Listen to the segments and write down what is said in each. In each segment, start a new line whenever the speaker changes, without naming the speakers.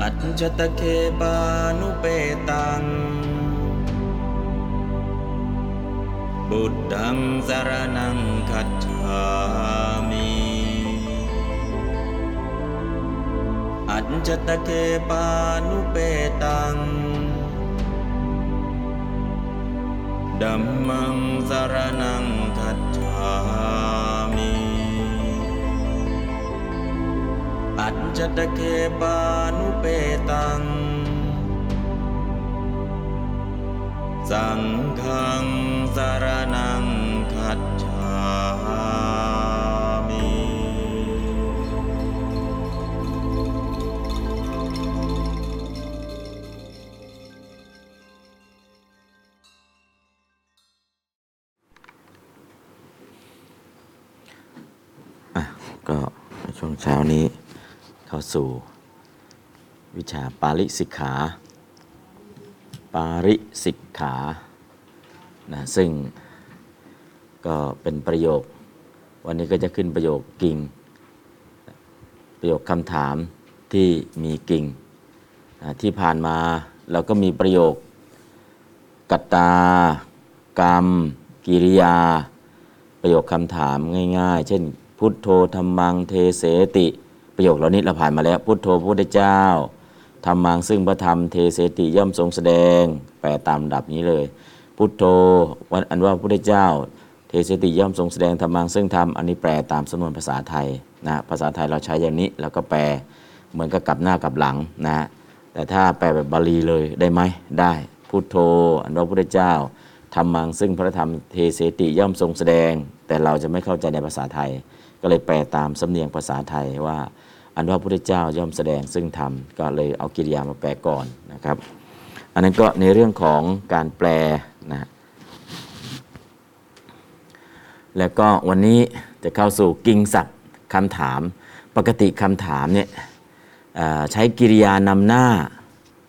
อัจจตเคปานุเปตัง บุตธังสารนังคัจฉามิอัจจตเคปานุเปตัง ดัมมังสารนังคัจฉามิ อัจจตเคปานุเปตัง สังฆังสารนังคัจฉามิ
อ่ะก็ในช่วงเช้านี้เข้าสู่วิชาปาริสิกขา ปาริสิกขานะซึ่งก็เป็นประโยค วันนี้ก็จะขึ้นประโยคกิ่ง ประโยคคำถามที่มีกิ่งนะที่ผ่านมาเราก็มีประโยคกัตตา กรรม กิริยา ประโยคคำถามง่ายๆ เช่น พุทโธธรรมังเทเสติ ประโยคเหล่านี้เราผ่านมาแล้ว พุทโธพระพุทธเจ้าธรรมังซึ่งพระธรรมเทเสติย่อมทรงแสดง แปลตามลำดับนี้เลย พุทโธวันอันว่าพระพุทธเจ้า เทเสติย่อมทรงแสดงธรรมังซึ่งธรรมอันนี้แปลตามสำนวนภาษาไทยนะภาษาไทยเราใช้อย่างนี้แล้วก็แปลเหมือนกับกลับหน้ากลับหลังนะแต่ถ้าแปลแบบบาลีเลยได้ไหมได้ พุทโธอันว่าพระพุทธเจ้า ธรรมังซึ่งพระธรรมเทเสติย่อมทรงแสดง แต่เราจะไม่เข้าใจในภาษาไทย ก็เลยแปลตามสำเนียงภาษาไทยว่า อันว่าพระพุทธเจ้าย่อมแสดงซึ่งธรรมก็เลยเอากิริยามาแปลก่อนนะครับ อันนั้นก็ในเรื่องของการแปลนะ แล้วก็วันนี้จะเข้าสู่กิงศัพท์คำถาม ปกติคำถามเนี่ยเอ่อใช้กิริยานำหน้า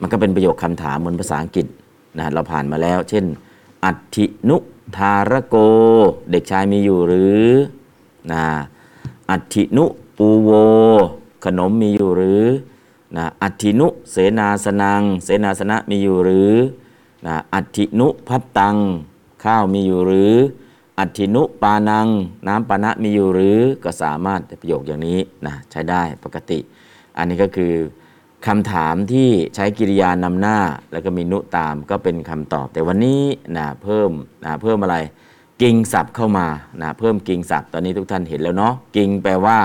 มันก็เป็นประโยคคำถามบนภาษาอังกฤษนะเราผ่านมาแล้ว เช่น อัธินุธารโก เด็กชายมีอยู่หรือนะอัธินุปูโว ขนมมีอยู่หรือนะอัธินุเสนาสนัง เสนาสนะมีอยู่หรือนะอัธินุพัตตัง ข้าวมีอยู่หรือ อัธินุปานัง น้ำปานะมีอยู่หรือก็สามารถประโยคอย่างนี้นะใช้ได้ปกติ อันนี้ก็คือคำถามที่ใช้กิริยานำหน้า แล้วก็มีนุตามก็เป็นคำตอบ แต่วันนี้นะเพิ่มนะเพิ่มอะไร กิงศัพท์เข้ามานะเพิ่มกิงศัพท์ตอนนี้ทุกท่านเห็นแล้วเนาะกิงแปลว่า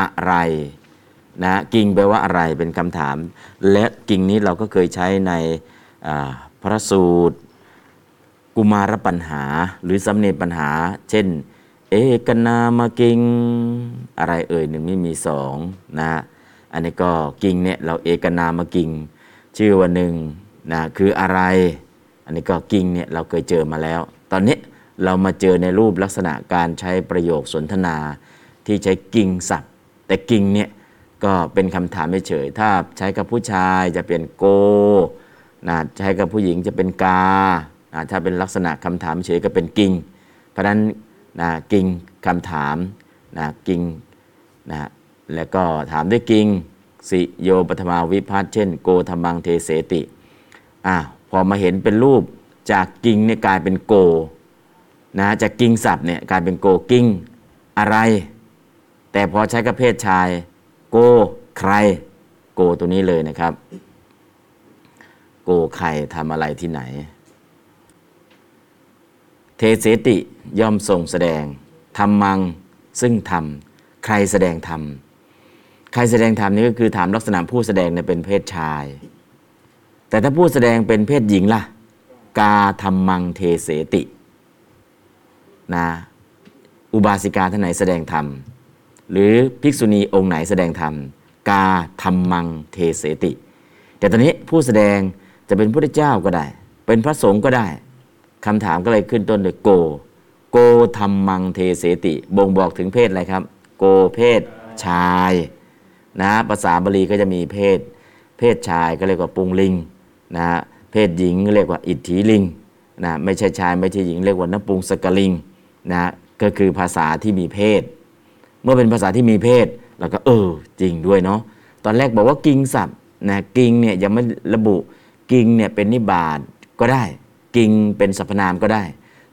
อะไรนะกิงแปลว่าอะไรเป็นคำถาม และกิงนี้เราก็เคยใช้ในอ่าพระสูตร กุมารปัญหาหรือสำเนปัญหา เช่น เอกนามากิง อะไรเอ่ยหนึ่งไม่มีสองนะฮะอันนี้ก็กิงเนี่ยเราเอกนามากิง ชื่อว่าหนึ่งนะคืออะไร อันนี้ก็กิงเนี่ยเราเคยเจอมาแล้ว ตอนนี้เรามาเจอในรูปลักษณะการใช้ประโยคสนทนา ที่ใช้กิงศัพท์ แต่กิงเนี่ยก็เป็นคำถามเฉยๆถ้าใช้กับผู้ชายจะเป็นโก นะใช้กับผู้หญิงจะเป็นกานะถ้าเป็นลักษณะคำถามเฉยก็เป็นกิง เพราะฉะนั้นนะกิงคำถามนะกิงนะแล้วก็ถามด้วยกิง สิโยปธรรมาวิพัฒน์เช่น โกธรรมังเทเสติอ่ะพอมาเห็นเป็นรูปจากกิงเนี่ยกลายเป็นโกนะจากกิงศัพท์เนี่ยกลายเป็นโกกิงอะไร แต่พอใช้กับเพศชาย โกใคร โกตัวนี้เลยนะครับ โกใครทำอะไรที่ไหน เทเสติย่อมทรงแสดงธรรมังซึ่งธรรมใครแสดงธรรมใครแสดงธรรมนี่ก็คือถามลักษณะผู้แสดงเนี่ยเป็นเพศชาย แต่ถ้าผู้แสดงเป็นเพศหญิงล่ะ กาธรรมังเทเสตินะอุบาสิกาท่านไหนแสดงธรรม หรือภิกษุณีองค์ไหนแสดงธรรม กาธรรมังเทเสติ แต่ตอนนี้ผู้แสดงจะเป็นพระเจ้าก็ได้ เป็นพระสงฆ์ก็ได้คำถามก็เลยขึ้นต้นด้วยโก โกธรรมังเทเสติบ่งบอกถึงเพศอะไรครับ โกเพศชายนะภาษาบาลีก็จะมีเพศ เพศชายก็เรียกว่าปุงลิงนะเพศหญิงเรียกว่าอิทธิลิงนะไม่ใช่ชายไม่ใช่หญิงเรียกว่านปุงสกลิงนะ ก็คือภาษาที่มีเพศ เมื่อเป็นภาษาที่มีเพศเราก็เออจริงด้วยเนาะตอนแรกบอกว่ากิงศัพท์นะกิงเนี่ยยังไม่ระบุกิงเนี่ยเป็นนิบาตก็ได้ กิงเป็นสรรพนามก็ได้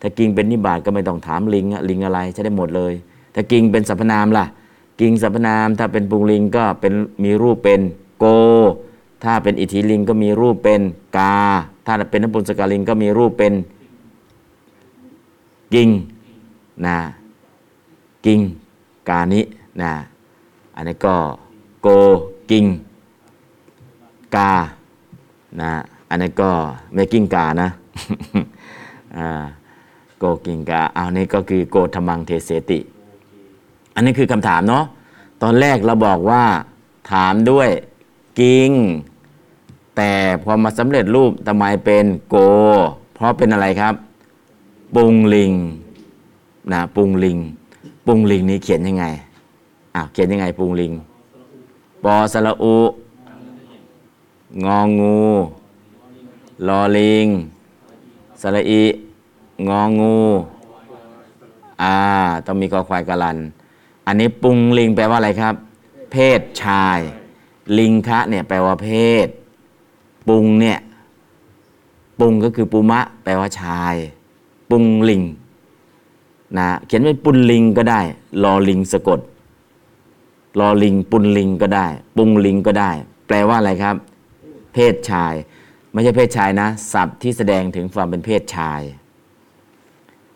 ถ้ากิงเป็นนิบาตก็ไม่ต้องถามลิงอะลิงอะไรใช้ได้หมดเลย ถ้ากิงเป็นสรรพนามล่ะ กิงสรรพนามถ้าเป็นปุงลิงก็เป็นมีรูปเป็นโก ถ้าเป็นอิทธิลิงก็มีรูปเป็นกา ถ้าเป็นนปุนสกาลิงก็มีรูปเป็นกิงนะ กิงกานินะอันนี้ก็โกกิงกานะอันนี้ก็ไม่กิงกานะ อ่าโกกิงกาเอานี่ก็คือโกธรรมังเทเสติ อันนี้คือคำถามเนาะตอนแรกเราบอกว่าถามด้วยกิง แต่พอมาสำเร็จรูปทำไมเป็นโก เพราะเป็นอะไรครับ ปุงลิง นะปรุงลิงปรุงลิงนี่เขียนยังไงอ้าวเขียนยังไงปรุงลิงปอสระอุ งองูลอลิงสระอิ งองูอ่าต้องมีกอควายกะลัน อันนี้ปรุงลิงแปลว่าอะไรครับ เพศชาย ลิงคะเนี่ยแปลว่าเพศปรุงเนี่ยปรุงก็คือปุมะ แปลว่าชายปรุงลิง นะเขียนเป็นปุนลิงก็ได้ลอลิงสะกดลอลิงปุนลิงก็ได้ ปุงลิงก็ได้ แปลว่าอะไรครับ เพศชาย ไม่ใช่เพศชายนะศัพท์ที่แสดงถึงความเป็นเพศชาย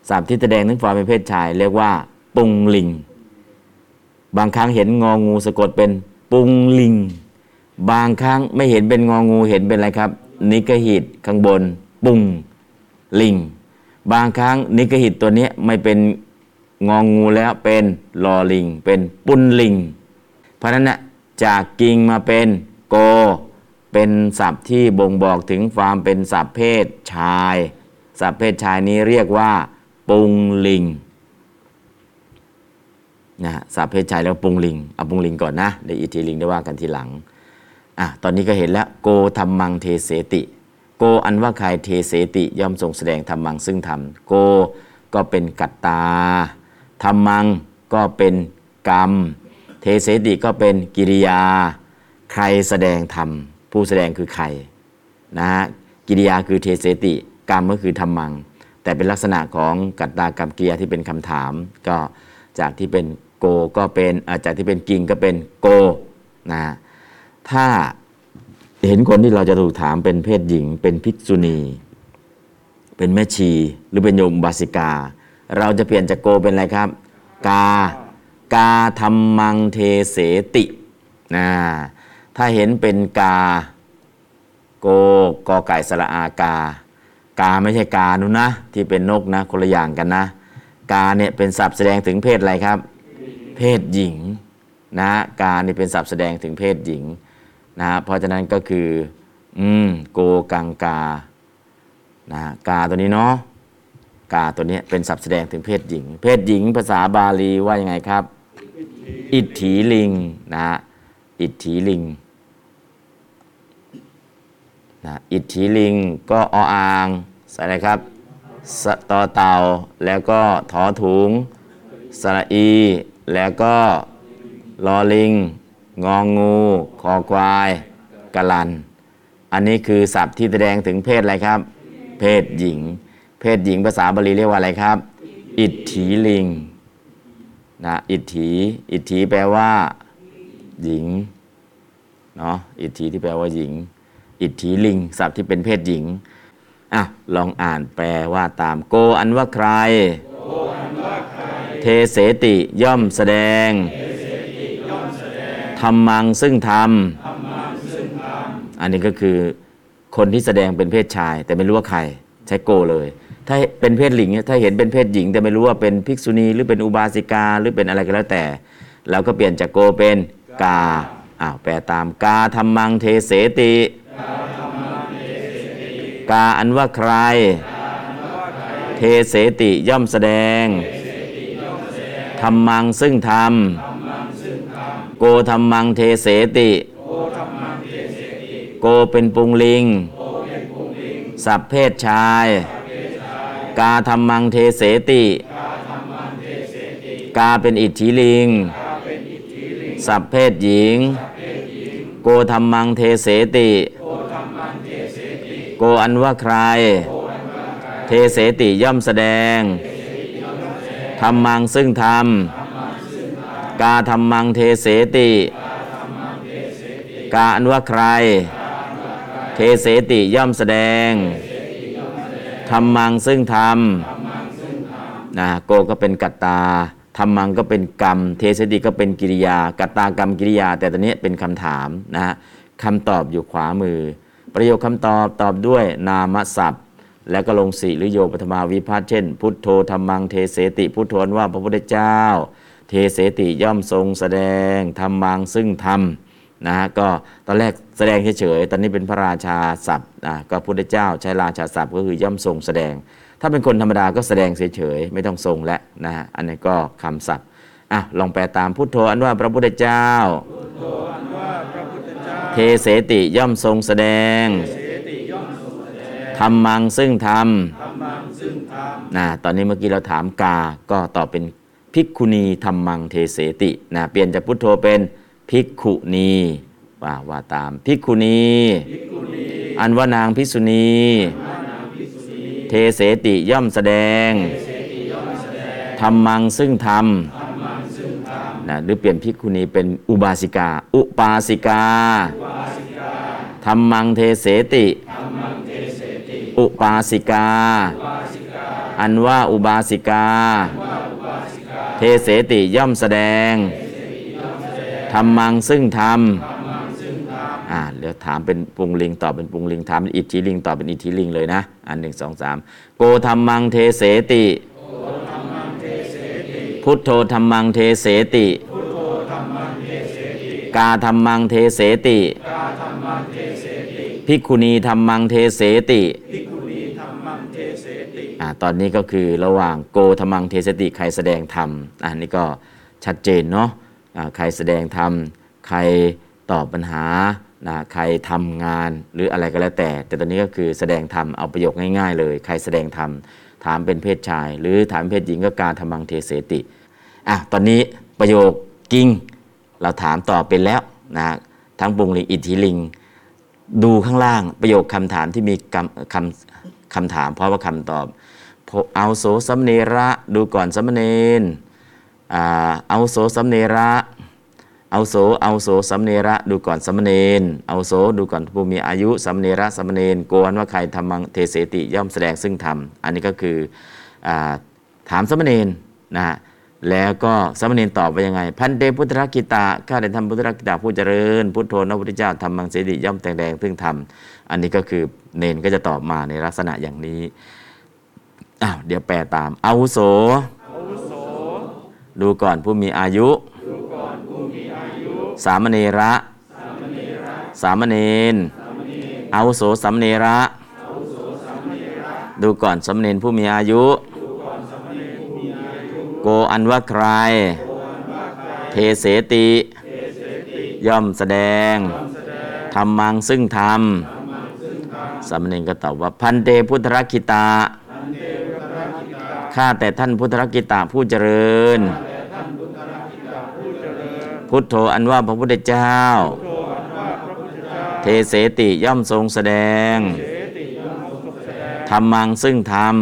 ศัพท์ที่แสดงถึงความเป็นเพศชาย เรียกว่า ปุงลิง บางครั้งเห็นงองูสะกดเป็นปุงลิง บางครั้งไม่เห็นเป็นงองูเห็นเป็นอะไรครับ นิกหิตข้างบน ปุงลิง บางครั้งนิกหิตตัวเนี้ยไม่เป็นงองงูแล้วเป็นลอลิง เป็นปุนลิง เพราะฉะนั้นนะจากกิงมาเป็นโก เป็นศัพท์ที่บ่งบอกถึงความเป็นศัพท์เพศชาย ศัพท์เพศชายนี้เรียกว่า ปุงลิงนะฮะศัพท์เพศชายแล้วาปุงลิงเอาปุงลิงก่อนนะเดี๋ยวอีกทีลิงได้ว่ากันทีหลังอ่ะตอนนี้ก็เห็นแล้วโกธรรมังเทเสติ โกอันว่าใครเทเสติย่อมทรงแสดงธรรมังซึ่งธรรมโกก็เป็นกัตตาธรรมังก็เป็นกรรม เทเสติก็เป็นกิริยา ใครแสดงธรรม ผู้แสดงคือใครนะฮะกิริยาคือเทเสติ กรรมก็คือธรรมัง แต่เป็นลักษณะของกัตตากรรมกิริยาที่เป็นคำถาม ก็จากที่เป็นโกก็เป็นอ่าจากที่เป็นกิงก็เป็นโกนะฮะถ้า เห็นคนที่เราจะถูกถามเป็นเพศหญิง เป็นภิกษุณี เป็นแม่ชี หรือเป็นโยมบาสิกา เราจะเปลี่ยนจากโกเป็นอะไรครับ กา กาธรรมังเทเสตินะถ้าเห็นเป็นกา โกกอไก่สระอากา กาไม่ใช่กานุนนะ ที่เป็นนกนะคนละอย่างกันนะ กาเนี่ยเป็นศัพท์แสดงถึงเพศอะไรครับ เพศหญิงนะกานี่เป็นศัพท์แสดงถึงเพศหญิง นะฮะเพราะฉะนั้นก็คือ อืม โกกังกา นะฮะกาตัวนี้เนาะ กาตัวเนี้ยเป็นสับแสดงถึงเพศหญิง เพศหญิงภาษาบาลีว่ายังไงครับ อิทธิลิง นะฮะ อิทธิลิง นะ อิทธิลิง ก็อออ่างใส่อะไรครับ สะตอเต่า แล้วก็ถอถุง สระอี แล้วก็ ลอลิง งองู คอควายกะลัน อันนี้คือศัพท์ที่แสดงถึงเพศอะไรครับ เพศหญิง เพศหญิงภาษาบาลีเรียกว่าอะไรครับ อิทธิลิง นะ อิทธิ อิทธิแปลว่า หญิง เนาะ อิทธิที่แปลว่าหญิง อิทธิลิง ศัพท์ที่เป็นเพศหญิง อ่ะ ลองอ่านแปลว่าตาม โกอันว่าใคร เทเสติย่อมแสดง ธรรมังซึ่งธรรม อันนี้ก็คือคนที่แสดงเป็นเพศชาย แต่ไม่รู้ว่าใครใช้โกเลย ถ้าเป็นเพศหญิงเนี่ยถ้าเห็นเป็นเพศหญิง แต่ไม่รู้ว่าเป็นภิกษุณีหรือเป็นอุบาสิกาหรือเป็นอะไรก็แล้วแต่ เราก็เปลี่ยนจากโกเป็นกาอ้าวแปลตามกาธรรมังเทเสติ กาอันว่าใคร เทเสติย่อมแสดงธรรมังซึ่งธรรม โกธรรมังเทเสติ โกเป็นปุงลิง สัพเพศชาย กาธรรมังเทเสติ กาเป็นอิทธิลิง สัพเพศหญิง โกธรรมังเทเสติ โกอันว่าใคร เทเสติย่อมแสดงธรรมังซึ่งธรรม กาธรรมังเทเสติ กาอันว่าใคร เทเสติย่อมแสดงธรรมังซึ่งธรรมนะโกก็เป็นกัตตาธรรมังก็เป็นกรรม เทเสติก็เป็นกิริยา กัตตากรรมกิริยา แต่ตอนนี้เป็นคำถามนะฮะคำตอบอยู่ขวามือ ประโยคคำตอบตอบด้วยนามศัพท์ แล้วก็ลงสีหรือโยปฐมาวิภาสเช่น พุทโธธรรมังเทเสติ พุทโธนว่าพระพุทธเจ้า เทเสติย่อมทรงแสดงธรรมังซึ่งธรรม นะฮะก็ตอนแรกแสดงเฉยๆ ตอนนี้เป็นพระราชาศัพท์นะก็พุทธเจ้าใช้ราชาศัพท์ก็คือย่อมทรงแสดง ถ้าเป็นคนธรรมดาก็แสดงเฉยๆ ไม่ต้องทรงและนะฮะอันนี้ก็คำศัพท์อ่ะลองแปลตามพุทโธอันว่าพระพุทธเจ้า เทเสติย่อมทรงแสดงธรรมังซึ่งธรรมนะตอนนี้เมื่อกี้เราถามกา ก็ตอบเป็นภิกขุณีธรรมังเทเสตินะเปลี่ยนจากพุทโธเป็นภิกขุณีว่าว่าตามภิกขุณี อันว่านางภิกษุณี เทเสติย่อมแสดงธรรมังซึ่งธรรม นะหรือเปลี่ยนภิกขุณีเป็นอุบาสิกา อุปาสิกาธรรมังเทเสติ อุปาสิกา อันว่าอุบาสิกา เทเสติย่อมแสดงธรรมังซึ่งธรรมอ่าเดี๋ยวถามเป็นปุงลิงตอบเป็นปุงลิงถามเป็นอิทธิลิงตอบเป็นอิทธิลิงเลยนะ อันหนึ่งสองสามโกธรรมังเทเสติ พุทโธธรรมังเทเสติ กาธรรมังเทเสติ ภิกขุณีธรรมังเทเสติ อ่าตอนนี้ก็คือระหว่างโกธรรมังเทสติใครแสดงธรรมอ่านี่ก็ชัดเจนเนาะอ่าใครแสดงธรรมใครตอบปัญหานะใครทำงานหรืออะไรก็แล้วแต่ แต่ตอนนี้ก็คือแสดงธรรมเอาประโยคง่ายๆ เลย ใครแสดงธรรมถามเป็นเพศชาย หรือถามเพศหญิงก็การธรรมังเทเสติอ่ะตอนนี้ประโยคกิ้งเราถามตอบเป็นแล้วนะทั้งปุงลิงอิทธิลิง ดูข้างล่างประโยคคำถามที่มีคำคำคำถาม เพราะว่าคำตอบโพเอาโสสัมเนระดูก่อนสัมเนนอ่าเอาโสสัมเนระเอาโสเอาโสสัมเนระดูก่อนสัมเนนเอาโสดูก่อนผู้มีอายุสัมเนระสัมเนนโกนว่าใครธรรมังเทเสติย่อมแสดงซึ่งธรรมอันนี้ก็คืออาถามสัมเนนนะฮะแล้วก็สัมเนนตอบว่ายังไง พันเตพุทธรักกิตาข้าแต่ท่านพุทธรักกิตาผู้เจริญ พุทโธนะพุทธเจ้าธรรมังเสดิย่อมแตงแดงซึ่งธรรมอันนี้ก็คือเนนก็จะตอบมาในลักษณะอย่างนี้ อ้าวเดี๋ยวแปลตามอาวุโส ดูก่อนผู้มีอายุ สามเณระ สามเณรอาวุโสสามเณระ ดูก่อนสามเณรผู้มีอายุ โกอันว่าใคร เทเสติ ย่อมแสดงธรรมังซึ่งธรรมสามเณรก็ตอบว่าพันเตพุทธรักขิตา ข้าแต่ท่านพุทธรักกิตาผู้เจริญ พุทโธอันว่าพระพุทธเจ้า เทเสติย่อมทรงแสดงธรรมังซึ่งธรรม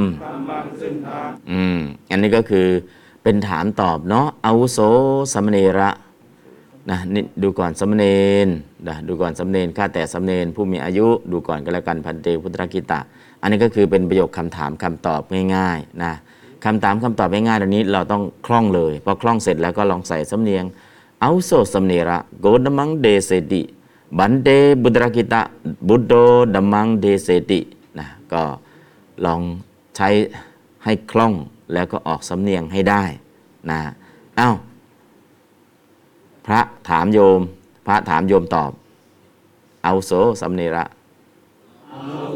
อืมอันนี้ก็คือเป็นถามตอบเนาะอาวุโสสามเณระ นะนี่ดูก่อนสามเณรนะดูก่อนสามเณรข้าแต่สามเณรผู้มีอายุดูก่อนก็แล้วกันพันเตพุทธรักกิตะ อันนี้ก็คือเป็นประโยคคำถามคำตอบง่ายๆนะคำถามคำตอบง่ายๆเหล่านี้เราต้องคล่องเลยพอคล่องเสร็จแล้วก็ลองใส่สำเนียงเอาโซสำเนระโกดมังเดเซติบันเตบุตรกิตะบุตโดดมังเดเซตินะก็ลองใช้ให้คล่องแล้วก็ออกสำเนียงให้ได้นะอ้าว พระถามโยม พระถามโยมตอบ เอาโสสัมเนระ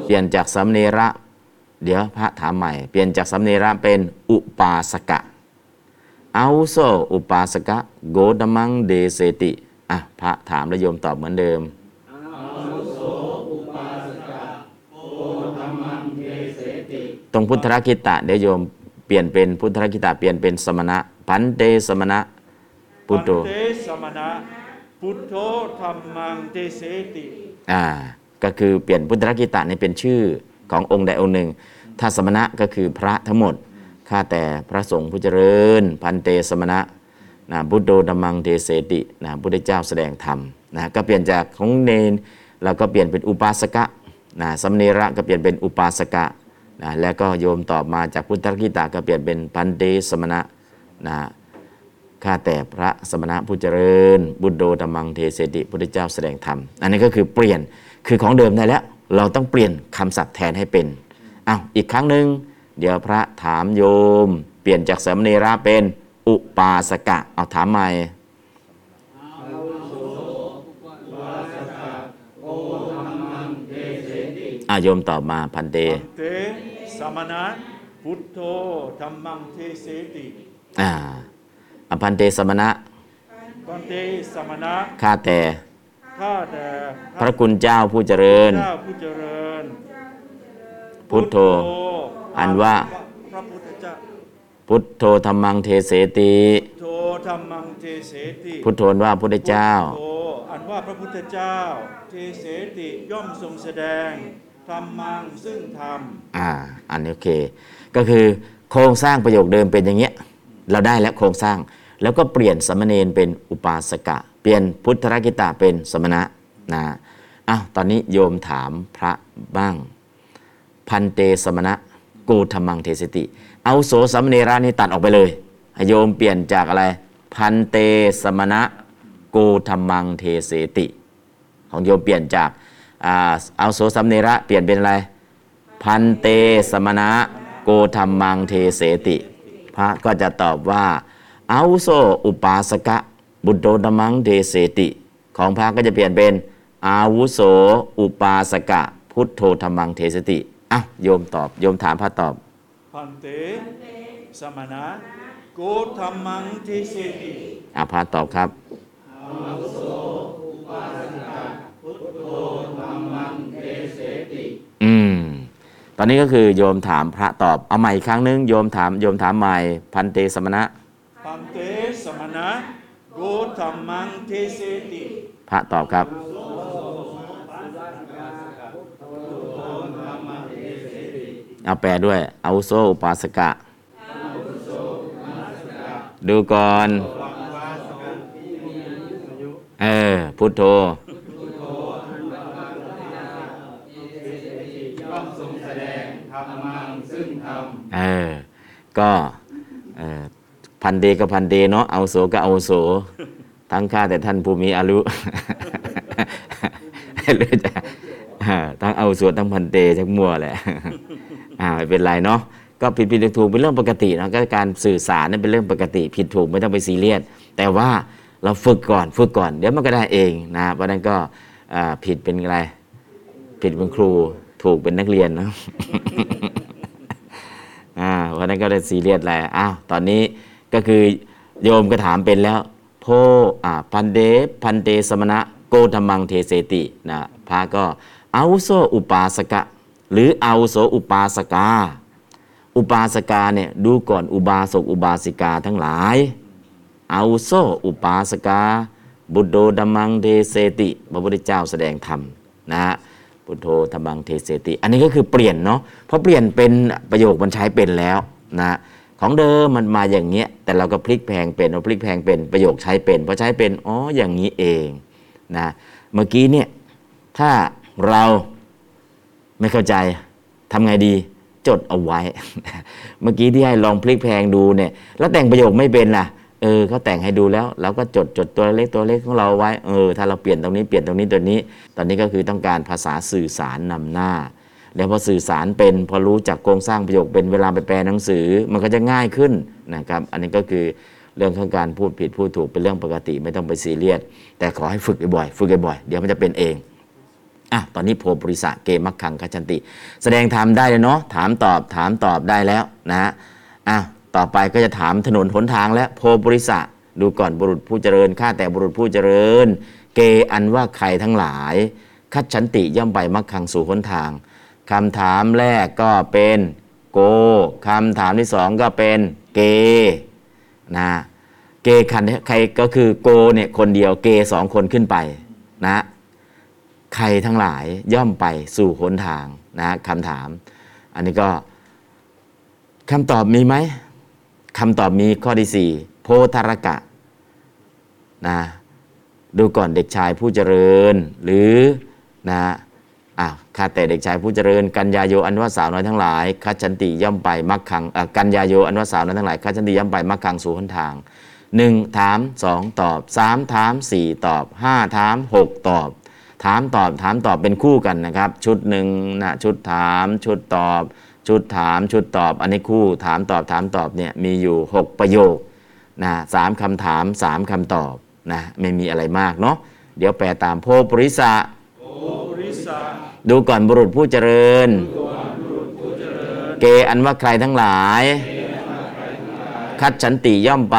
เปลี่ยนจากสัมเนระ เดี๋ยวพระถามใหม่ เปลี่ยนจากสัมเนระเป็นอุปาสกะ เอาโซอุปาสกะโกดมังเดเสติ อ่ะพระถามแล้วโยมตอบเหมือนเดิม ตรงพุทธรักขิตะเดี๋ยวโยมเปลี่ยนเป็นพุทธรักขิตะเปลี่ยนเป็นสมณะ พันเตสมณะพุทโธ
เตสมณะพุทโธธรรมังเตเสติ
อ่าก็คือเปลี่ยนพุทธกิตะเนี่ยเป็นชื่อขององค์ใดองค์หนึ่ง ถ้าสมณะก็คือพระทั้งหมดข้าแต่พระสงฆ์ผู้เจริญ พันเตสมณะนะพุทโธธรรมังเตเสตินะพุทธเจ้าแสดงธรรมนะก็เปลี่ยนจากของเนนเราก็เปลี่ยนเป็นอุปาสกะนะสมเนระก็เปลี่ยนเป็นอุปาสกะนะแล้วก็โยมตอบมาจากพุทธกิตะก็เปลี่ยนเป็นพันเตสมณะนะ ข้าแต่พระสมณะผู้เจริญ บุตโดธรรมังเทเสติพุทธเจ้าแสดงธรรม อันนี้ก็คือเปลี่ยนคือของเดิมได้แล้ว เราต้องเปลี่ยนคำศัพท์แทนให้เป็นอ้าวอีกครั้งหนึ่งเดี๋ยวพระถามโยม เปลี่ยนจากสามเณระเป็นอุปาสกะเอาถามใหม่อ่ะโยมตอบมาพันเต
เตสมณะพุทโธธรรมังเตเสติ
อ่าอภันเตสมณะ
ปันเตสมณะ
ข้าแต่
ข้าแต่
พระคุณเจ้าผู้เจริญ
เจ้าผู้เจริญ
พุทโธ อันว่า
พระพุทธเจ้า
พุทโธธรรมังเทเสติ
โธธรรมังเตเสติ
พุทโธนว่าพุทธเจ้า
พุทโธอันว่าพระพุทธเจ้าเทเสติย่อมทรงแสดงธรรมังซึ่งธรรม
อ่า อันนี้โอเค ก็คือโครงสร้างประโยคเดิมเป็นอย่างเงี้ย เราได้แล้วโครงสร้าง แล้วก็เปลี่ยนสามเณรเป็นอุปาสกะ เปลี่ยนพุทธรักิตาเป็นสมณะนะอ้าว ตอนนี้โยมถามพระบ้าง พันเตสมณะกูธรรมังเทสติ เอาโสสามเณรานี่ตัดออกไปเลยให้โยมเปลี่ยนจากอะไร พันเตสมณะกูธรรมังเทเสติ ของโยมเปลี่ยนจากอ่าเอาโสสามเณระเปลี่ยนเป็นอะไร พันเตสมณะโกธรรมังเทเสติ พระก็จะตอบว่า เอาโซอุปาสกะ บุตโตธรรมังเทเสติ ของพระก็จะเปลี่ยนเป็น อาวุโสอุปาสกะ พุทโธธรรมังเทเสติอ่ะโยมตอบ โยมถามพระตอบ
พันเต สมณะโกธรรมังเทเสติ
อาพาธตอบครับอืม ตอนนี้ก็คือโยมถามพระตอบ เอาใหม่อีกครั้งหนึง โยมถาม โยมถามใหม่ พันเตสมณะ
พันเต สมณะโกธรรมังเทเสติ
พระตอบครับ เอาแปลด้วย อาวุโสอุปาสกะ ดูก่อน เออ พุทโธ เออ ก็เออพันเดก็พันเดเนาะ เอาโสก็เอาโส ทั้งข้าแต่ท่านภูมิอารุ หรือจะเอ่อทั้งเอาโสทั้งพันเดทั้งมัวแหละ อ่าไม่เป็นไรเนาะ ก็ผิดผิดถูกถูกเป็นเรื่องปกติเนาะก็การสื่อสารนั่นเป็นเรื่องปกติ ผิดถูกไม่ต้องไปซีเรียส แต่ว่าเราฝึกก่อนฝึกก่อน เดี๋ยวมันก็ได้เองนะ เพราะฉะนั้นก็อ่าผิดเป็นอะไร ผิดเป็นครู ถูกเป็นนักเรียนเนาะ อ่าวันนั้นก็ได้ซีเรียสแหละอ้าวตอนนี้ก็คือโยมก็ถามเป็นแล้วโพอ่าพันเดพันเตสมณะโกธรรมังเทเสตินะพระก็อาวุโสอุปาสกะ หรืออาวุโสอุปาสกา อุปาสกาเนี่ยดูก่อนอุบาสกอุบาสิกาทั้งหลาย อาวุโสอุปาสกา บุตโดดมมังเทเสติพระพุทธเจ้าแสดงธรรมนะฮะพุทโธธรรมังเทเสติ อันนี้ก็คือเปลี่ยนเนาะเพราะเปลี่ยนเป็นประโยคมันใช้เป็นแล้วนะฮะของเดิมมันมาอย่างเงี้ยแต่เราก็พลิกแพลงเป็นเราพลิกแพลงเป็นประโยคใช้เป็นพอใช้เป็นอ๋ออย่างนี้เองนะเมื่อกี้เนี่ยถ้าเราไม่เข้าใจทำไงดีจดเอาไว้ เมื่อกี้ที่ให้ลองพลิกแพลงดูเนี่ย แล้วแต่งประโยคไม่เป็นล่ะ เออเขาแต่งให้ดูแล้ว เราก็จดจดตัวเล็กตัวเล็กของเราไว้ เออ ถ้าเราเปลี่ยนตรงนี้เปลี่ยนตรงนี้ตัวนี้ ตอนนี้ก็คือต้องการภาษาสื่อสารนำหน้า แล้วพอสื่อสารเป็นพอรู้จากโครงสร้างประโยคเป็นเวลาไปแปลหนังสือ มันก็จะง่ายขึ้นนะครับ อันนี้ก็คือเรื่องของการพูดผิดพูดถูกเป็นเรื่องปกติไม่ต้องไปซีเรียสแต่ขอให้ฝึกบ่อยๆฝึกบ่อยๆเดี๋ยวมันจะเป็นเอง อ่ะ ตอนนี้โพปริสะเกมักขังคัจฉันติ แสดงธรรมได้เลยเนาะ ถามตอบ ถามตอบได้แล้วนะฮะอ่ะ ต่อไปก็จะถามถนนหนทางและโพปริสะดูก่อนบุรุษผู้เจริญ ข้าแต่บุรุษผู้เจริญ เกอันว่าใครทั้งหลาย คัจฉันติย่อมไปมักขังสู่หนทาง คำถามแรกก็เป็นโก คำถามที่สองก็เป็นเก นะฮะเกคันเนี่ยใครก็คือโกเนี่ยคนเดียวเกสองคนขึ้นไปนะฮะใครทั้งหลายย่อมไปสู่หนทางนะฮะคำถาม อันนี้ก็คำตอบมีไหมคำตอบมีข้อที่สี่โพธารกะนะดูก่อนเด็กชายผู้เจริญ หรือนะอ่ะข้าแต่เด็กชายผู้เจริญ กัญญาโยอันว่าสาวน้อยทั้งหลายคัจฉันติย่อมไปมักคังเอ่อกัญญาโยอันว่าสาวน้อยทั้งหลายคัจฉันติย่อมไปมักคังสู่หนทางหนึ่งถามสองตอบสามถามสี่ตอบห้าถามหกตอบ ถามตอบถามตอบเป็นคู่กันนะครับ ชุดหนึ่งนะชุดถามชุดตอบ ชุดถามชุดตอบ อันนี้คู่ถามตอบถามตอบเนี่ยมีอยู่ 6 ประโยคนะสามคำถามสามคำตอบนะไม่มีอะไรมากเนาะเดี๋ยวแปลตามโพปริสะ
บริษัท
ดูก่อนบุรุษผู้เจริญ เกอันว่าใครทั้งหลาย คัดฉันติย่อมไป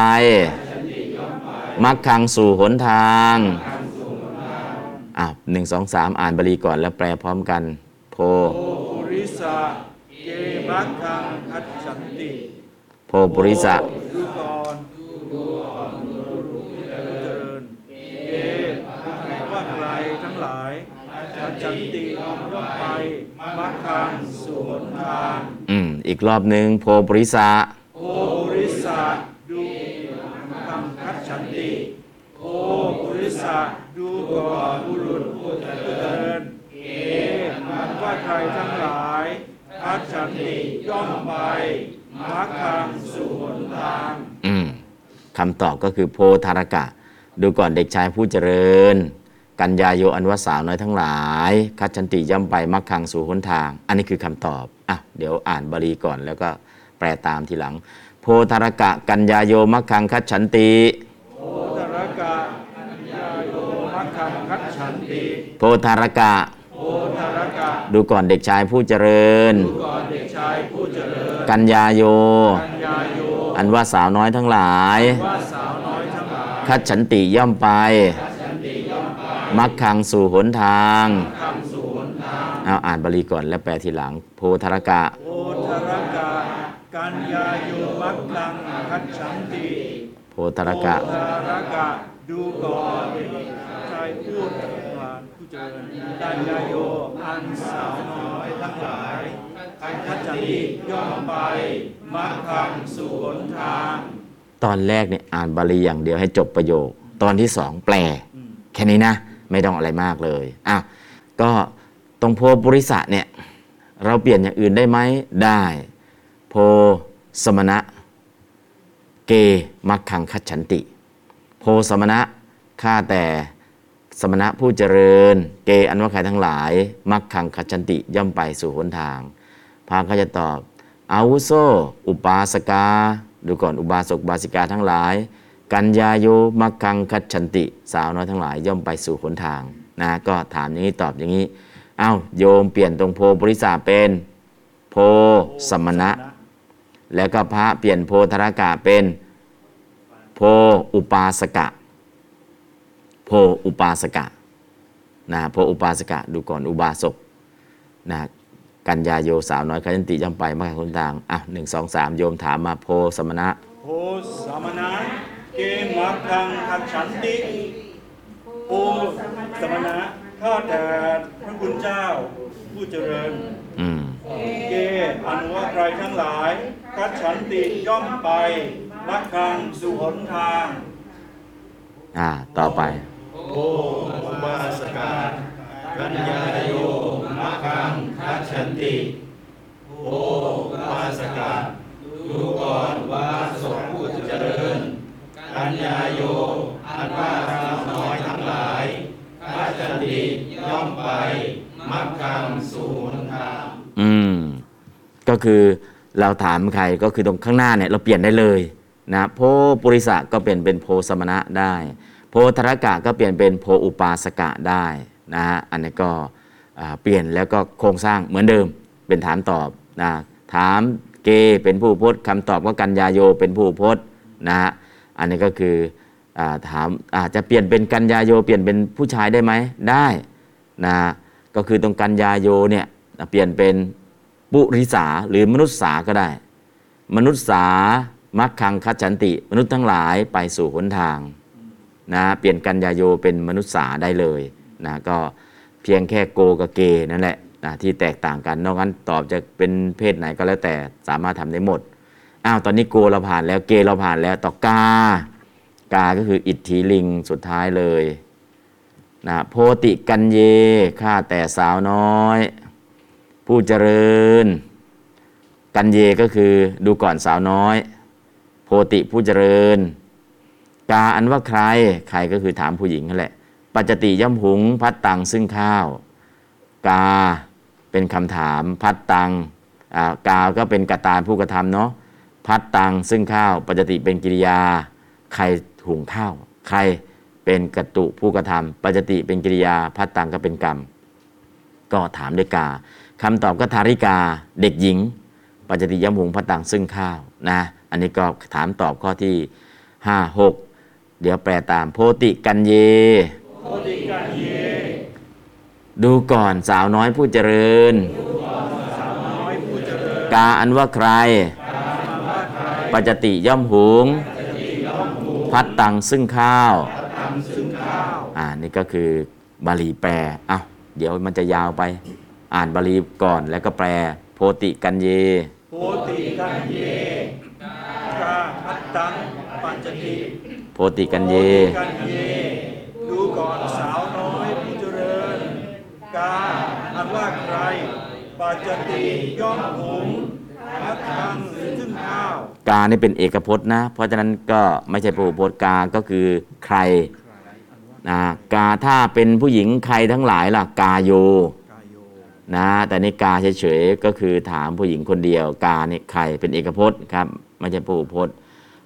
มักคังสู่หนทางอ่ะหนึ่งสองสามอ่านบาลีก่อนแล้วแปลพร้อมกัน โพ
โอปุริสะเกมักคังคัจฉันติ
โพปริสะ
ดูกรดูกรผู้เจริญเกมักว่าใครทั้งหลายคัจฉันติย่อมไปมักคังสวนทาง
อืมอีกรอบหนึ่งโพปริสะ
โอปุริสะดูคำคัจฉันติโอปุริสะดูกรบุรุษผู้เจริญเกมักว่าใครทั้งหลายคัจฉันติย่อมไปมักคังสวนทาง
อืมคำตอบก็คือโพธารกะ ดูก่อนเด็กชายผู้เจริญ กัญญาโยอันวสาวน้อยทั้งหลาย คัจฉันติย่ำไปมักคังสู่หนทาง อันนี้คือคำตอบ อ่ะ เดี๋ยวอ่านบาลีก่อนแล้วก็แปลตามทีหลัง โพธารกะ กัญญาโยมักคังคัจฉันติ
โอตรกะอัญญาโยมัคคังคัจฉันติ
โพธารกะ
โอตรกะ
ดูก่อนเด็กชายผู้เจริญ
ก่อนเด็กชายผู้เจริญ
กัญญาโย
อัญญาโย
อันว่าสาวน้อยทั้งหลาย
ว่าสาวน้อยทั้งหลาย
คัดฉันติย่อมไป มักคังสู่หนทางเอาอ่านบาลีก่อนแล้วแปลทีหลัง โพธารกะ
โอตรกะกัญญาโยมัคคังคัจฉันติ
โพธารกะ
โอตรกะดูก่อนเด็กชายผู้เจริญผู้เจริญกัญญาโยอันสาวน้อยทั้งหลายคัจฉันติย่อมไปมัคคังสู่หนทาง
ตอนแรกเนี่ยอ่านบาลีอย่างเดียวให้จบประโยค ตอนที่สองแปล แค่นี้นะ ไม่ต้องอะไรมากเลยอ่ะก็ตรงโพบริษะเนี่ย เราเปลี่ยนอย่างอื่นได้ไหมได้ โพสมณะ เกมักคังคัจฉันติ โพสมณะข้าแต่สมณะผู้เจริญ เกอันว่าใครทั้งหลาย มักคังคัจฉันติย่อมไปสู่หนทาง พระก็จะตอบอาวุโสอุปาสกา ดูก่อนอุบาสกอุบาสิกาทั้งหลาย กัญญาโยมักคังคัจฉันติ สาวน้อยทั้งหลายย่อมไปสู่หนทางนะก็ถามอย่างนี้ตอบอย่างนี้ เอ้าโยมเปลี่ยนตรงโพบริษาเป็น โพสมณะ แล้วก็พระเปลี่ยนโพธารกะเป็น โพอุปาสกะ โพอุปาสกะนะโพอุปาสกะ ดูก่อนอุบาสกนะกัญญาโยสาวน้อยขยันติย่อมไปมากคนต่างอ่ะหนึ่งสองสามโยมถามมาโพสมณะ
โพสามณะเกมักคังคัจฉันติโอสามณะข้าแต่พระคุณเจ้า ผู้เจริญ
อืม
เกอันว่าใครทั้งหลายคัจฉันติย่อมไปมักคังสู่หนทาง
อ่า ต่อไป อืม ก็คือเราถามใครก็คือตรงข้างหน้าเนี่ยเราเปลี่ยนได้เลยนะโพปุริสะก็เปลี่ยนเป็นโพสมณะได้ โพธรกะก็เปลี่ยนเป็นโพอุปาสกะได้นะฮะอันนี้ก็อ่าเปลี่ยนแล้วก็โครงสร้างเหมือนเดิมเป็นถามตอบนะถามเกเป็นผู้พจน์คำตอบว่ากัญญาโยเป็นผู้พจน์นะฮะอันนี้ก็คืออาถามอาจจะเปลี่ยนเป็นกัญญาโยเปลี่ยนเป็นผู้ชายได้ไหมได้นะฮะก็คือตรงกัญญาโยเนี่ยเปลี่ยนเป็น ปุริสาหรือมนุษย์สาก็ได้ มนุษย์สา มักคังคัจฉันติ มนุษย์ทั้งหลายไปสู่หนทางนะเปลี่ยนกัญญาโยเป็นมนุษย์สาได้เลยนะก็เพียงแค่โกกับเกนั่นแหละนะที่แตกต่างกันนอกนั้นตอบจะเป็นเพศไหนก็แล้วแต่สามารถทำได้หมดอ้าวตอนนี้โกเราผ่านแล้วเกเราผ่านแล้วต่อกา กาก็คืออิทธิลิงสุดท้ายเลยนะโพติกันเยข้าแต่สาวน้อย ผู้เจริญ กันเยก็คือดูก่อนสาวน้อย โพติผู้เจริญ กาอันว่าใครใครก็คือถามผู้หญิงนั่นแหละ ปัจจติย่อมหุงพัดตังซึ่งข้าว กาเป็นคำถามพัดตังอ่ากาก็เป็นกตานผู้กระทำเนาะพัดตังซึ่งข้าว ปัจจติเป็นกิริยา ใครหุงข้าว ใครเป็นกตุผู้กระทำปัจจติเป็นกิริยาพัดตังก็เป็นกรรม ก็ถามด้วยกาคำตอบก็ทาริกาเด็กหญิง ปัจจติยมหุงพัดตังซึ่งข้าวนะอันนี้ก็ถามตอบข้อที่ 5 6 เดี๋ยวแปลตามโพติกันเย
โพธิกันเย
ดูก่อนสาวน้อยผู้เจริญ
น้อยผู้เจริญ
กาอันว่าใคร ปัจจติย่อมหุง พัดตังซึ่งข้าว
ทำซึ่งข้าว
อ่านี่ก็คือบาลีแปลเอ้าเดี๋ยวมันจะยาวไป อ่านบาลีก่อนแล้วก็แปล โพติกันเย
โพติกันเยกาพัตตังปัญจติ
โพติกันเย
โพธิกันเย ดูก่อนสาวน้อยผู้เจริญ กาอันว่าใคร ปัจจติย่อมผงพัดตังหรือซึ่งข้าว
กานี่เป็นเอกพจน์นะ เพราะฉะนั้นก็ไม่ใช่พหูพจน์กา ก็คือใครนะกาถ้าเป็นผู้หญิงใครทั้งหลายล่ะ กาโยนะแต่นี่กาเฉยๆก็คือถามผู้หญิงคนเดียว กาเนี่ยใครเป็นเอกพจน์ครับไม่ใช่พหูพจน์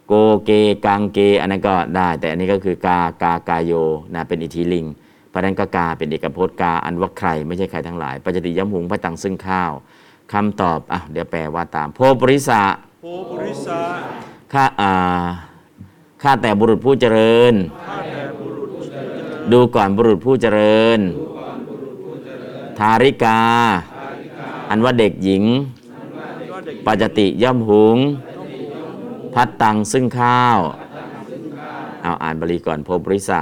โกเกกังเกอันนั้นก็ได้ แต่อันนี้ก็คือกากากาโยนะเป็นอิทธิลิง เพราะฉะนั้นก็กาเป็นเอกพจน์กาอันว่าใครไม่ใช่ใครทั้งหลายปัจจติยมหุงพระตังซึ่งข้าวคำตอบอ่ะเดี๋ยวแปลว่าตามโพปริสะ
โพปุริสา
ข้าอ่าข้าแต่บุรุษผู้เจริญ
ข้าแต่บุรุษเจริญ
ดูก่อนบุรุษผู้เจริญ ทาริกา อันว่าเด็กหญิง
ก็เด็ก
ปัจจติย่อมหุง พัดตังซึ่งข้าว เอาอ่านบาลีก่อนโพปริสะ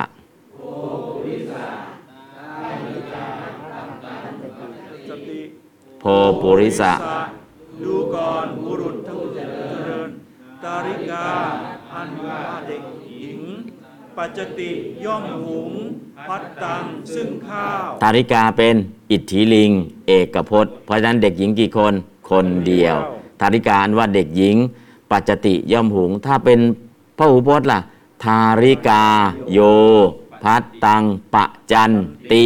สติ
โพปุริสะ
ดูก่อนบุรุษทั้งเจริญ ตาริกา อันว่าเด็กหญิง ปัจจติย่อมหุง พัดตังซึ่งข้าว
ตาริกาเป็นอิทธิลิง เอกพจน์ เพราะฉะนั้นเด็กหญิงกี่คนคนเดียว
คนเดียว
ตาริกาอันว่าเด็กหญิง ปัจจติย่อมหุง ถ้าเป็นพระหูพจน์ล่ะ ทาริกา โย พัตตังปะจันติ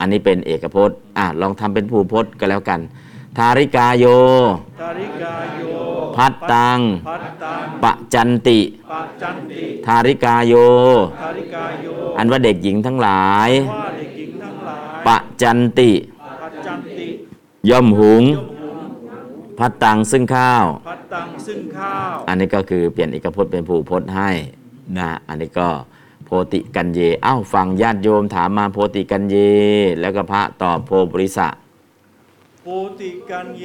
อันนี้เป็นเอกพจน์อ่ะลองทำเป็นผู้พจน์ก็แล้วกัน ทาริกาโย
ตาริกาโย
พัตตัง
พัดตัง
ปะจันติ
ปัจจันติ
ทาริกาโย
ตาริกาโย
อันว่าเด็กหญิงทั้งหลาย
ว่าเด็กหญิงทั้งหลาย
ปะจันติ
ปัจจันติ
ย่อมหุง
ย่อมหุง
พัตตังซึ่งข้าว
พัดตังซึ่งข้าว
อันนี้ก็คือเปลี่ยนเอกพจน์เป็นผู้พจน์ให้นะอันนี้ก็โพติกันเยอ้าวฟังญาติโยมถามมาโพติกันเย แล้วก็พระตอบโพบริสะ
โพติกันเย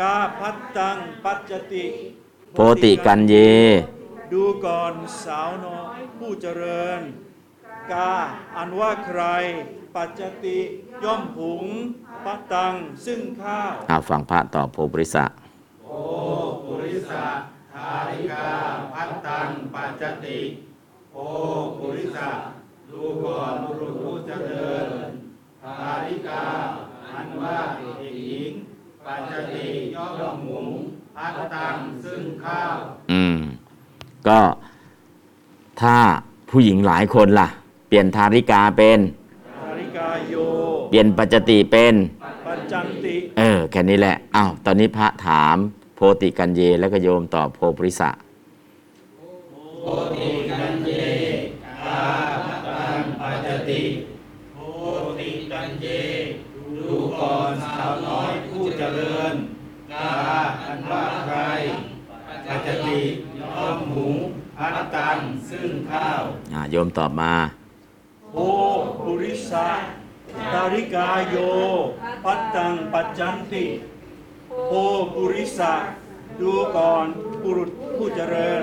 กาพัตตังปัจจติ
โพติกันเย
ดูก่อนสาวน้อยผู้เจริญ กาอันว่าใคร ปัจจติย่อมหุง พัดตังซึ่งข้าว
อ้าวฟังพระตอบโพบริสะอืม ก็ถ้าผู้หญิงหลายคนล่ะ เปลี่ยนทาริกาเป็น
ตาริกาโย
เปลี่ยนปัจจติเป็น
ปัจจันติ
เออ แค่นี้แหละ อ้าว ตอนนี้พระถามโพติกันเย แล้วก็โยมตอบโพปริสะ อ่า โยมตอบมา
โพปุริสาตาริกาโย พัตตังปัจจันติ โพปุริสาดูก่อน บุรุษผู้เจริญ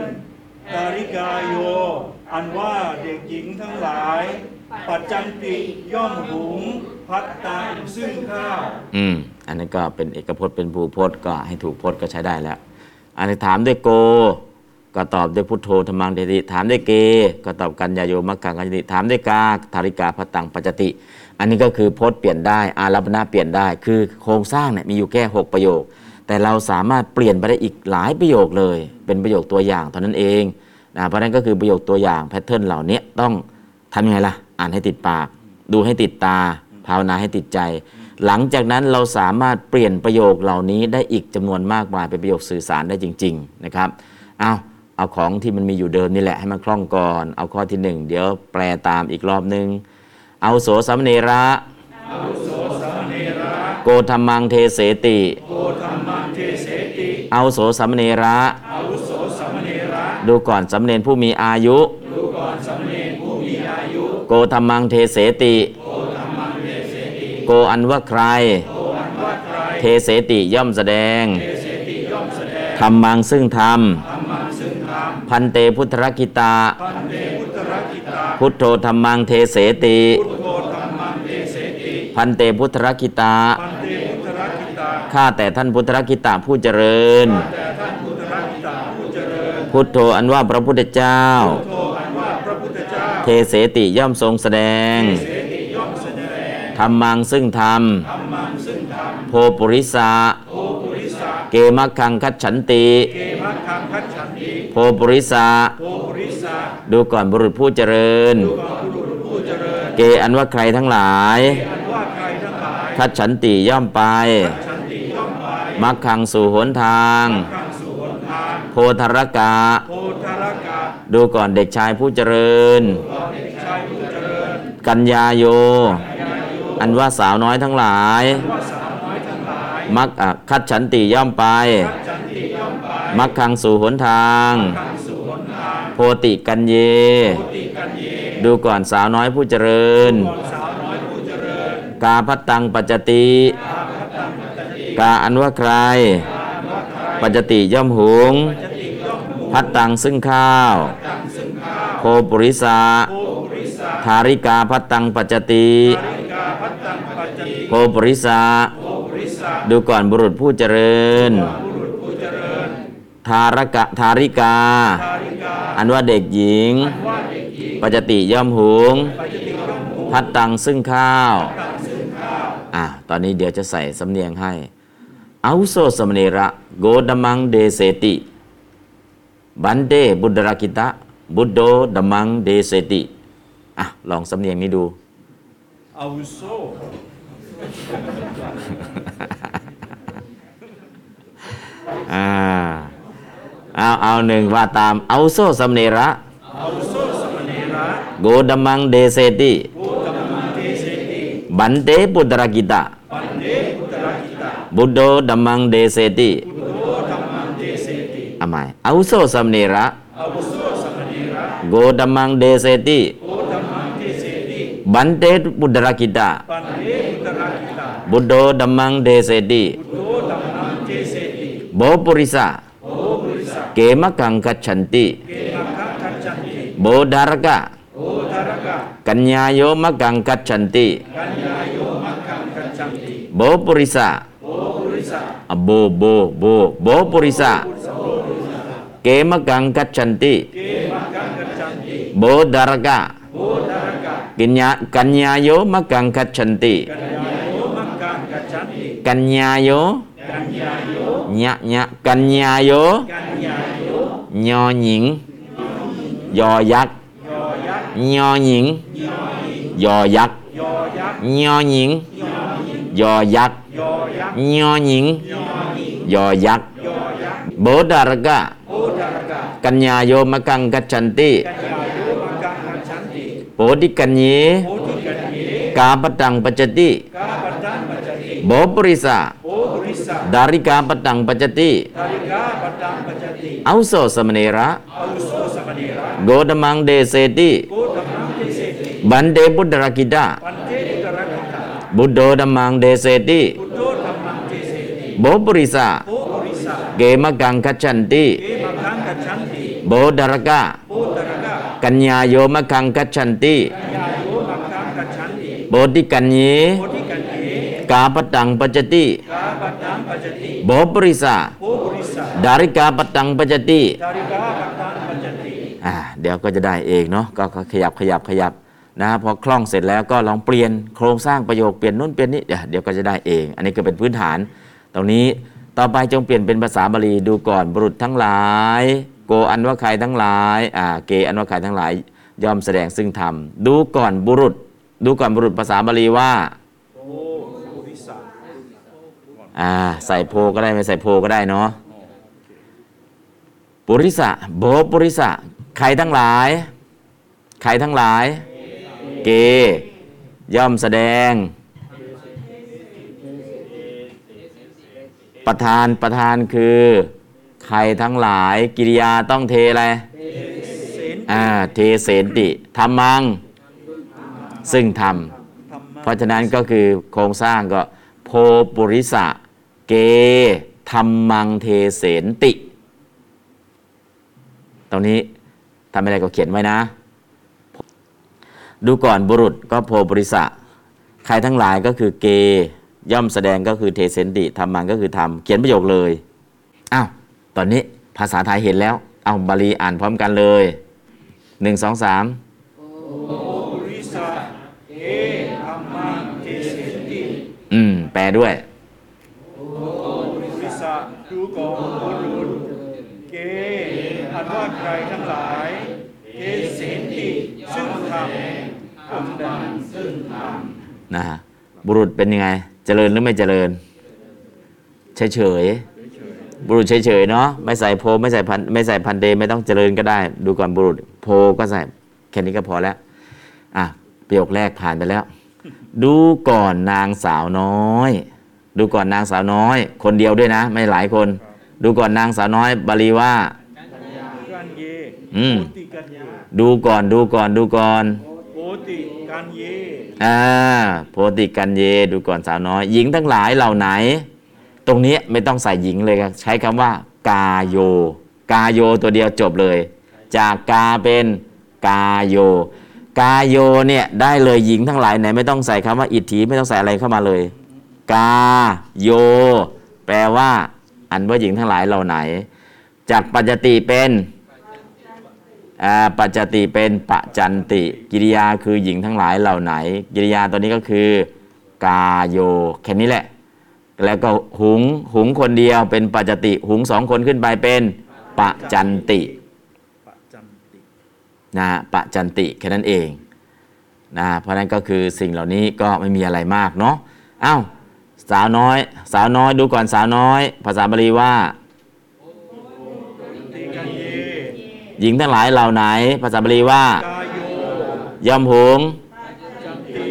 ตาริกาโย อันว่าเด็กหญิงทั้งหลาย ปัจจันติย่อมหุง พัดตามซึ่งข้าว
อืม อันนั้นก็เป็นเอกพจน์เป็นภูพจน์ก็ให้ถูกพจน์ก็ใช้ได้แล้ว อันนี้ถามด้วยโก ก็ตอบด้วยพุทโธธรรมังเดติ ถามด้วยเก ก็ตอบกัญญาโยมักกังกัญญติถามด้วยกาธาริกาพตังปัจจติ อันนี้ก็คือพจน์เปลี่ยนได้ อารัปนาเปลี่ยนได้ คือโครงสร้างเนี่ยมีอยู่แค่หกประโยค แต่เราสามารถเปลี่ยนไปได้อีกหลายประโยคเลย เป็นประโยคตัวอย่างเท่านั้นเองนะเพราะฉะนั้นก็คือประโยคตัวอย่างแพทเทิร์นเหล่านี้ต้องทำยังไงล่ะ อ่านให้ติดปาก ดูให้ติดตา ภาวนาให้ติดใจ หลังจากนั้นเราสามารถเปลี่ยนประโยคเหล่านี้ได้อีกจำนวนมากมายเป็นประโยคสื่อสารได้จริง ๆ นะครับเอาเอาของที่มันมีอยู่เดิมนี่แหละให้มันคล่องก่อน เอาข้อที่หนึ่งเดี๋ยวแปลตามอีกรอบนึง เอาโสสัมเนระโกธรรมังเทเสติ
โอธรรมังเทเสติ
เอาโสสัมเนระ
อาวุโสสัมเนระ
ดูก่อนสำเนนผู้มีอายุ
ดูก่อนสำเนนผู้มีอายุ
โกธรรมังเทเสติ โกอันว่าใคร เทเสติย่อมแสดงธรรมังซึ่งธรรม พันเตพุทธรกิตา
พันเตพุทธรกิตา
พุทโธธรรมังเทเสติ
พุทโธธรรมังเทเสติ
พันเตพุทธรกิตา
พันเตพุทธรกิตา
ข้าแต่ท่านพุทธรกิตาผู้เจริญ
แต่ท่านพุทธรกิตาผู้เจริญ
พุทโธอันว่าพระพุทธเจ้า
โทอันว่าพระพุทธเจ้า
เทเสติย่อมทรงแสดง
เสติย่อมแสดง
ธรรมังซึ่งธรรม
ธรรมังซึ่งธรรม
โพปุริสา
โอปุริสา
เกมักคังคัดฉันติ
เกมัคคังคัจฉันติ
โพปุริสา
โอปุริสา
ดูก่อนบุรุษผู้เจริญ
ก่อนบุรุษผู้เจริญ
เกอันว่าใครทั้งหลาย
อันว่าใครทั้งหลาย
คัดฉันติย่อมไป
ฉันติย่อมไป
มักคังสู่หนทาง
ทางสวนทาง
โพธารกะ
โพธรกะ
ดูก่อนเด็กชายผู้เจริญ
ก่อนเด็กชายผู้เจริญ
กัญญาโย อันว่าสาวน้อยทั้งหลาย
ว่าสาวน้อยทั้งหลาย
มักอ่ะคัดฉันติย่อมไป
ฉันติย่อมไป
มักคังสู่หนทาง
ทางสวนทาง
โพติกัญเย
ปฏิกันเย
ดูก่อนสาวน้อยผู้เจริญ
ก่อนสาวน้อยผู้เจริญ
กาพัตตังปัจจติ กาอันว่าใคร ปัจจติย่อมหุง พัตตังซึ่งข้าว โคปุริสา
โอปุริสา
ธาริกาพัตตังปัจจติ
ปริกาพัตตังปัจจิ
โคปุริสา
โอปุริสา
ดูก่อนบุรุษผู้เจริญ
บุรุษผู้เจริญ
ธารกะธาริกา
ทาริกา
อันว่าเด็กหญิง
ว่าเด็กหญิง
ปัจจติย่อมหุง
ไปจะติดร่องหู
พัดตังซึ่งข้าวอ่ะตอนนี้เดี๋ยวจะใส่สำเนียงให้ เอาโซสมเนระ โกดมังเดเสติ บันเดบุดรากิตะ บุดโดดมังเดเสติ อ่ะ ลองสำเนียงนี้ดู
อาวุโส
อ่า เอาเอาหนึ่งว่าตาม เอาโซสมเนระ
อาวุโสสมณีระ
โกดมังเดเสติ
โอตัมมังเทเสติ
บันเดบุดรากิตะ
ปันเดพุตระกิตา
บุดโดดมังเดเสติ
โอตัมมังเทเสติ
อ่ะหมายเอาโซสมเนระ
อาวุโสสมณีระ
โกดมังเดเสติ
โอตัมมังเทเสติ
บันเตบุดรากิตา
ปันเดพุตระกิตา
บุดโดดัมมังเดเสติ
โอตัมมังเทเสติ
โบปุริสา
โอปุริสา
เกมะกังกัจฉันติ
เกมังคะคัจจันติ
โบดารกะ
โอทารกะ
กัญญาโยมะกังกัจฉันติ
กัญญาโยมังคังคัจจันติ
โบปุริสา
โอปุริสา
อะโบโบโบโบปุริสาเกมะกังกัจฉันติ
เกมังคังคัจจันติ
โบดารกะ
โอทารกะ
กัญญากัญญาโยมะกังกัจฉันติ
กัญญาโยมังกังกัจฉันติ
กัญญาโย
กัญญาโย
ญะญะกัญญาโย
กัญญาโย
ญอหญิงยอยักษ์
ยอยักษ์
ญอหญิงยอยักษ์
ยอยักษ์
ยอหญิง ยอยักษ์
ยอยักษ์
ยอหญิง ยอยักษ์
ยอยักษ์
โบดารกะ
โอดารกะ
กัญญาโยมกังกัจฉันติ
กัญญาโยมังกังกัจฉันติ
โปติกัญเย
โอติกัญเย
กาปตังปัจจติ
กาปัตตังปัจจติ
โบปริสา
โอปุริสา
ดาริกาปตังปัจจติ
ตาริกาปัตตังปัจจติ
เอาโซสมเนระ
อาวุโสสมณีระ
โกดมังเดเสติ
โกตัมมังเทเสติ
บันเดบุดรกิดา
ปันเทอุตรกิตา
บุดโดดมังเดเสติ
พุทโธธรรมังเทเสติ
โบปริสา
โอปุริสา
เกมกังกัจฉันติ
เกมัง
โบดารกะ
พุทธะกะ
กัญญาโยมะคังกัจฉันติ
ญาโยมังคังกัจฉันติ
โบติกัญญี
โพธิกันเถ
กาปตังปัจจติ
กาปัตตังปัจจติ
โบปริสา
โพปุริสา
ดาริกาปตังปัจจติ
ดาริกาปัตตังปัจจติ
อ่าเดี๋ยวก็จะได้เองเนาะก็ก็ขยับขยับขยับนะพอคล่องเสร็จแล้วก็ลองเปลี่ยนโครงสร้างประโยคเปลี่ยนนู่นเปลี่ยนนี่เดี๋ยวเดี๋ยวก็จะได้เอง อันนี้ก็เป็นพื้นฐาน ตรงนี้ต่อไปจงเปลี่ยนเป็นภาษาบาลีดูก่อนบุรุษทั้งหลาย โกอันว่าใครทั้งหลายอ่าเกอันว่าใครทั้งหลายยอมแสดงซึ่งธรรมดูก่อนบุรุษ ดูก่อนบุรุษภาษาบาลีว่า
โอปุริสา
อ่าใส่โพก็ได้ไม่ใส่โพก็ได้เนาะปุริสะโบปุริสะใครทั้งหลาย ใครทั้งหลาย เก ย่อมแสดง ประธานประธานคือ ใครทั้งหลายกิริยาต้องเทอะไร
เสน
อ่า เทเสนติธรรมัง ซึ่งธรรม
ธรรมะ
เพราะฉะนั้นก็คือโครงสร้างก็โพปุริสะเกธรรมังเทเสนติ ตรงนี้ทำอะไรก็เขียนไว้นะ ดูก่อนบุรุษก็โพปุริสะใครทั้งหลายก็คือเกย่อมแสดงก็คือเทเสนติธรรมังก็คือธรรมเขียนประโยคเลยอ้าวตอนนี้ภาษาไทยเห็นแล้ว เอาบาลีอ่านพร้อมกันเลยหนึ่งสองสาม
ปุริสาเอธรรมังเทเสนติ
อืม แปลด้วย
ปุริสาดูก่อนบุรุษเกอันว่าใครทั้งหลายเทเสนติซึ่งธรรมธรรมดังซึ่งธรรม
นะฮะบุรุษเป็นยังไง เจริญหรือไม่เจริญ เฉยเฉยๆบุรุษเฉยเฉยๆเนาะไม่ใส่โพไม่ใส่พันไม่ใส่พันเดไม่ต้องเจริญก็ได้ ดูก่อนบุรุษ โพก็ใส่แค่นี้ก็พอแล้วอ่ะประโยคแรกผ่านไปแล้ว ดูก่อนนางสาวน้อย ดูก่อนนางสาวน้อย คนเดียวด้วยนะ ไม่หลายคน ดูก่อนนางสาวน้อย บาลีว่า
กันเย
อืม
โอติกันเย
ดูก่อนดูก่อนดูก่อน
โอติกันเย
อ่าโพติกันเยดูก่อนสาวน้อย หญิงทั้งหลายเหล่าไหน ตรงนี้ไม่ต้องใส่หญิงเลยครับใช้คำว่า กาโย กาโยตัวเดียวจบเลย จากกาเป็นกาโย กาโยเนี่ยได้เลยหญิงทั้งหลายไหน ไม่ต้องใส่คำว่าอิทธิไม่ต้องใส่อะไรเข้ามาเลย กาโย แปลว่า อันว่าหญิงทั้งหลายเหล่าไหน จากปัจจติเป็นอ่าปัจจติเป็นปะจันติ กิริยาคือหญิงทั้งหลายเหล่าไหน กิริยาตัวนี้ก็คือ กาโยแค่นี้แหละ แล้วก็หุงหุงคนเดียวเป็นปัจจติ หุงสองคนขึ้นไปเป็นปะจันติ
ปะจันติ
นะฮะปะจันติแค่นั้นเองนะฮะเพราะฉะนั้นก็คือสิ่งเหล่านี้ก็ไม่มีอะไรมากเนาะอ้าวสาวน้อย สาวน้อยดูก่อนสาวน้อย ภาษาบาลีว่า
ติกันเย
หญิงทั้งหลายเหล่าไหน ภาษาบาลีว่า
กาโย
ย่อมหุง
จันติ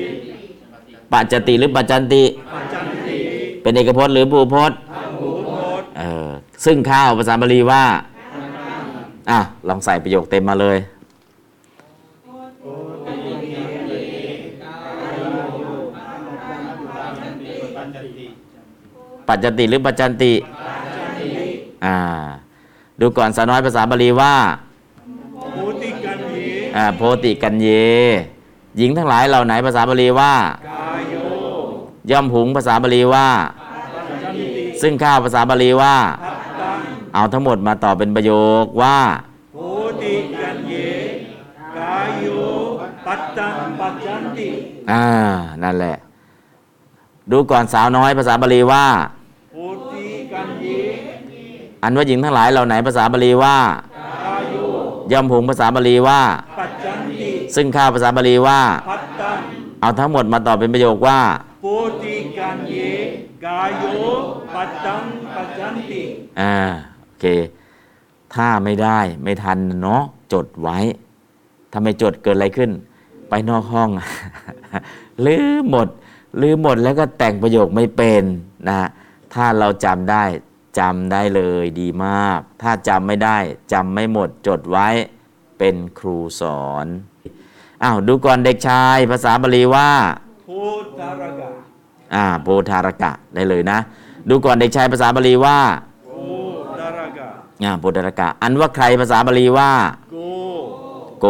ปัจจติหรือปัจจันติ
ปะจันติ
เป็นเอกพจน์หรือภูพจน์
โอโพธ
เออซึ่งข้าวภาษาบาลีว่าอ่ะลองใส่ประโยคเต็มมาเลย ปัจจติหรือปัจจันติ อ่า ดูก่อนสาวน้อยภาษาบาลีว่า
โอติกันเย
อ่าโพติกันเย หญิงทั้งหลายเหล่าไหนภาษาบาลีว่า
กาโย
ย่อมหุงภาษาบาลีว่า
ปะจันติ
ซึ่งข้าวภาษาบาลีว่า
พัตตัง
เอาทั้งหมดมาต่อเป็นประโยคว่า
โอติกันเยกาโยปัตตังปัจจันติ
อ่า นั่นแหละ ดูก่อนสาวน้อยภาษาบาลีว่า
โอติกันเย
อันว่าหญิงทั้งหลายเหล่าไหนภาษาบาลีว่า
กาโย
ย่อมหุงภาษาบาลีว่า
ปัจจันติ
ซึ่งข้าวภาษาบาลีว่า
พัตตัง
เอาทั้งหมดมาต่อเป็นประโยคว่า
โปติกันเยกาโยปัตตังปัจจันติ
อ่า โอเค ถ้าไม่ได้ไม่ทันเนาะจดไว้ถ้าไม่จดเกิดอะไรขึ้น ไปนอกห้อง ลืมหมดลืมหมดแล้วก็แต่งประโยคไม่เป็นนะฮะถ้าเราจำได้จำได้เลยดีมาก ถ้าจำไม่ได้จำไม่หมดจดไว้เป็นครูสอนอ้าวดูก่อนเด็กชาย ภาษาบาลีว่า
โพธารกะ
อ่าโพธารกะได้เลยนะ ดูก่อนเด็กชายภาษาบาลีว่า
โพธารกะ
อ่าโพดารกะ อันว่าใครภาษาบาลีว่า
กู
โก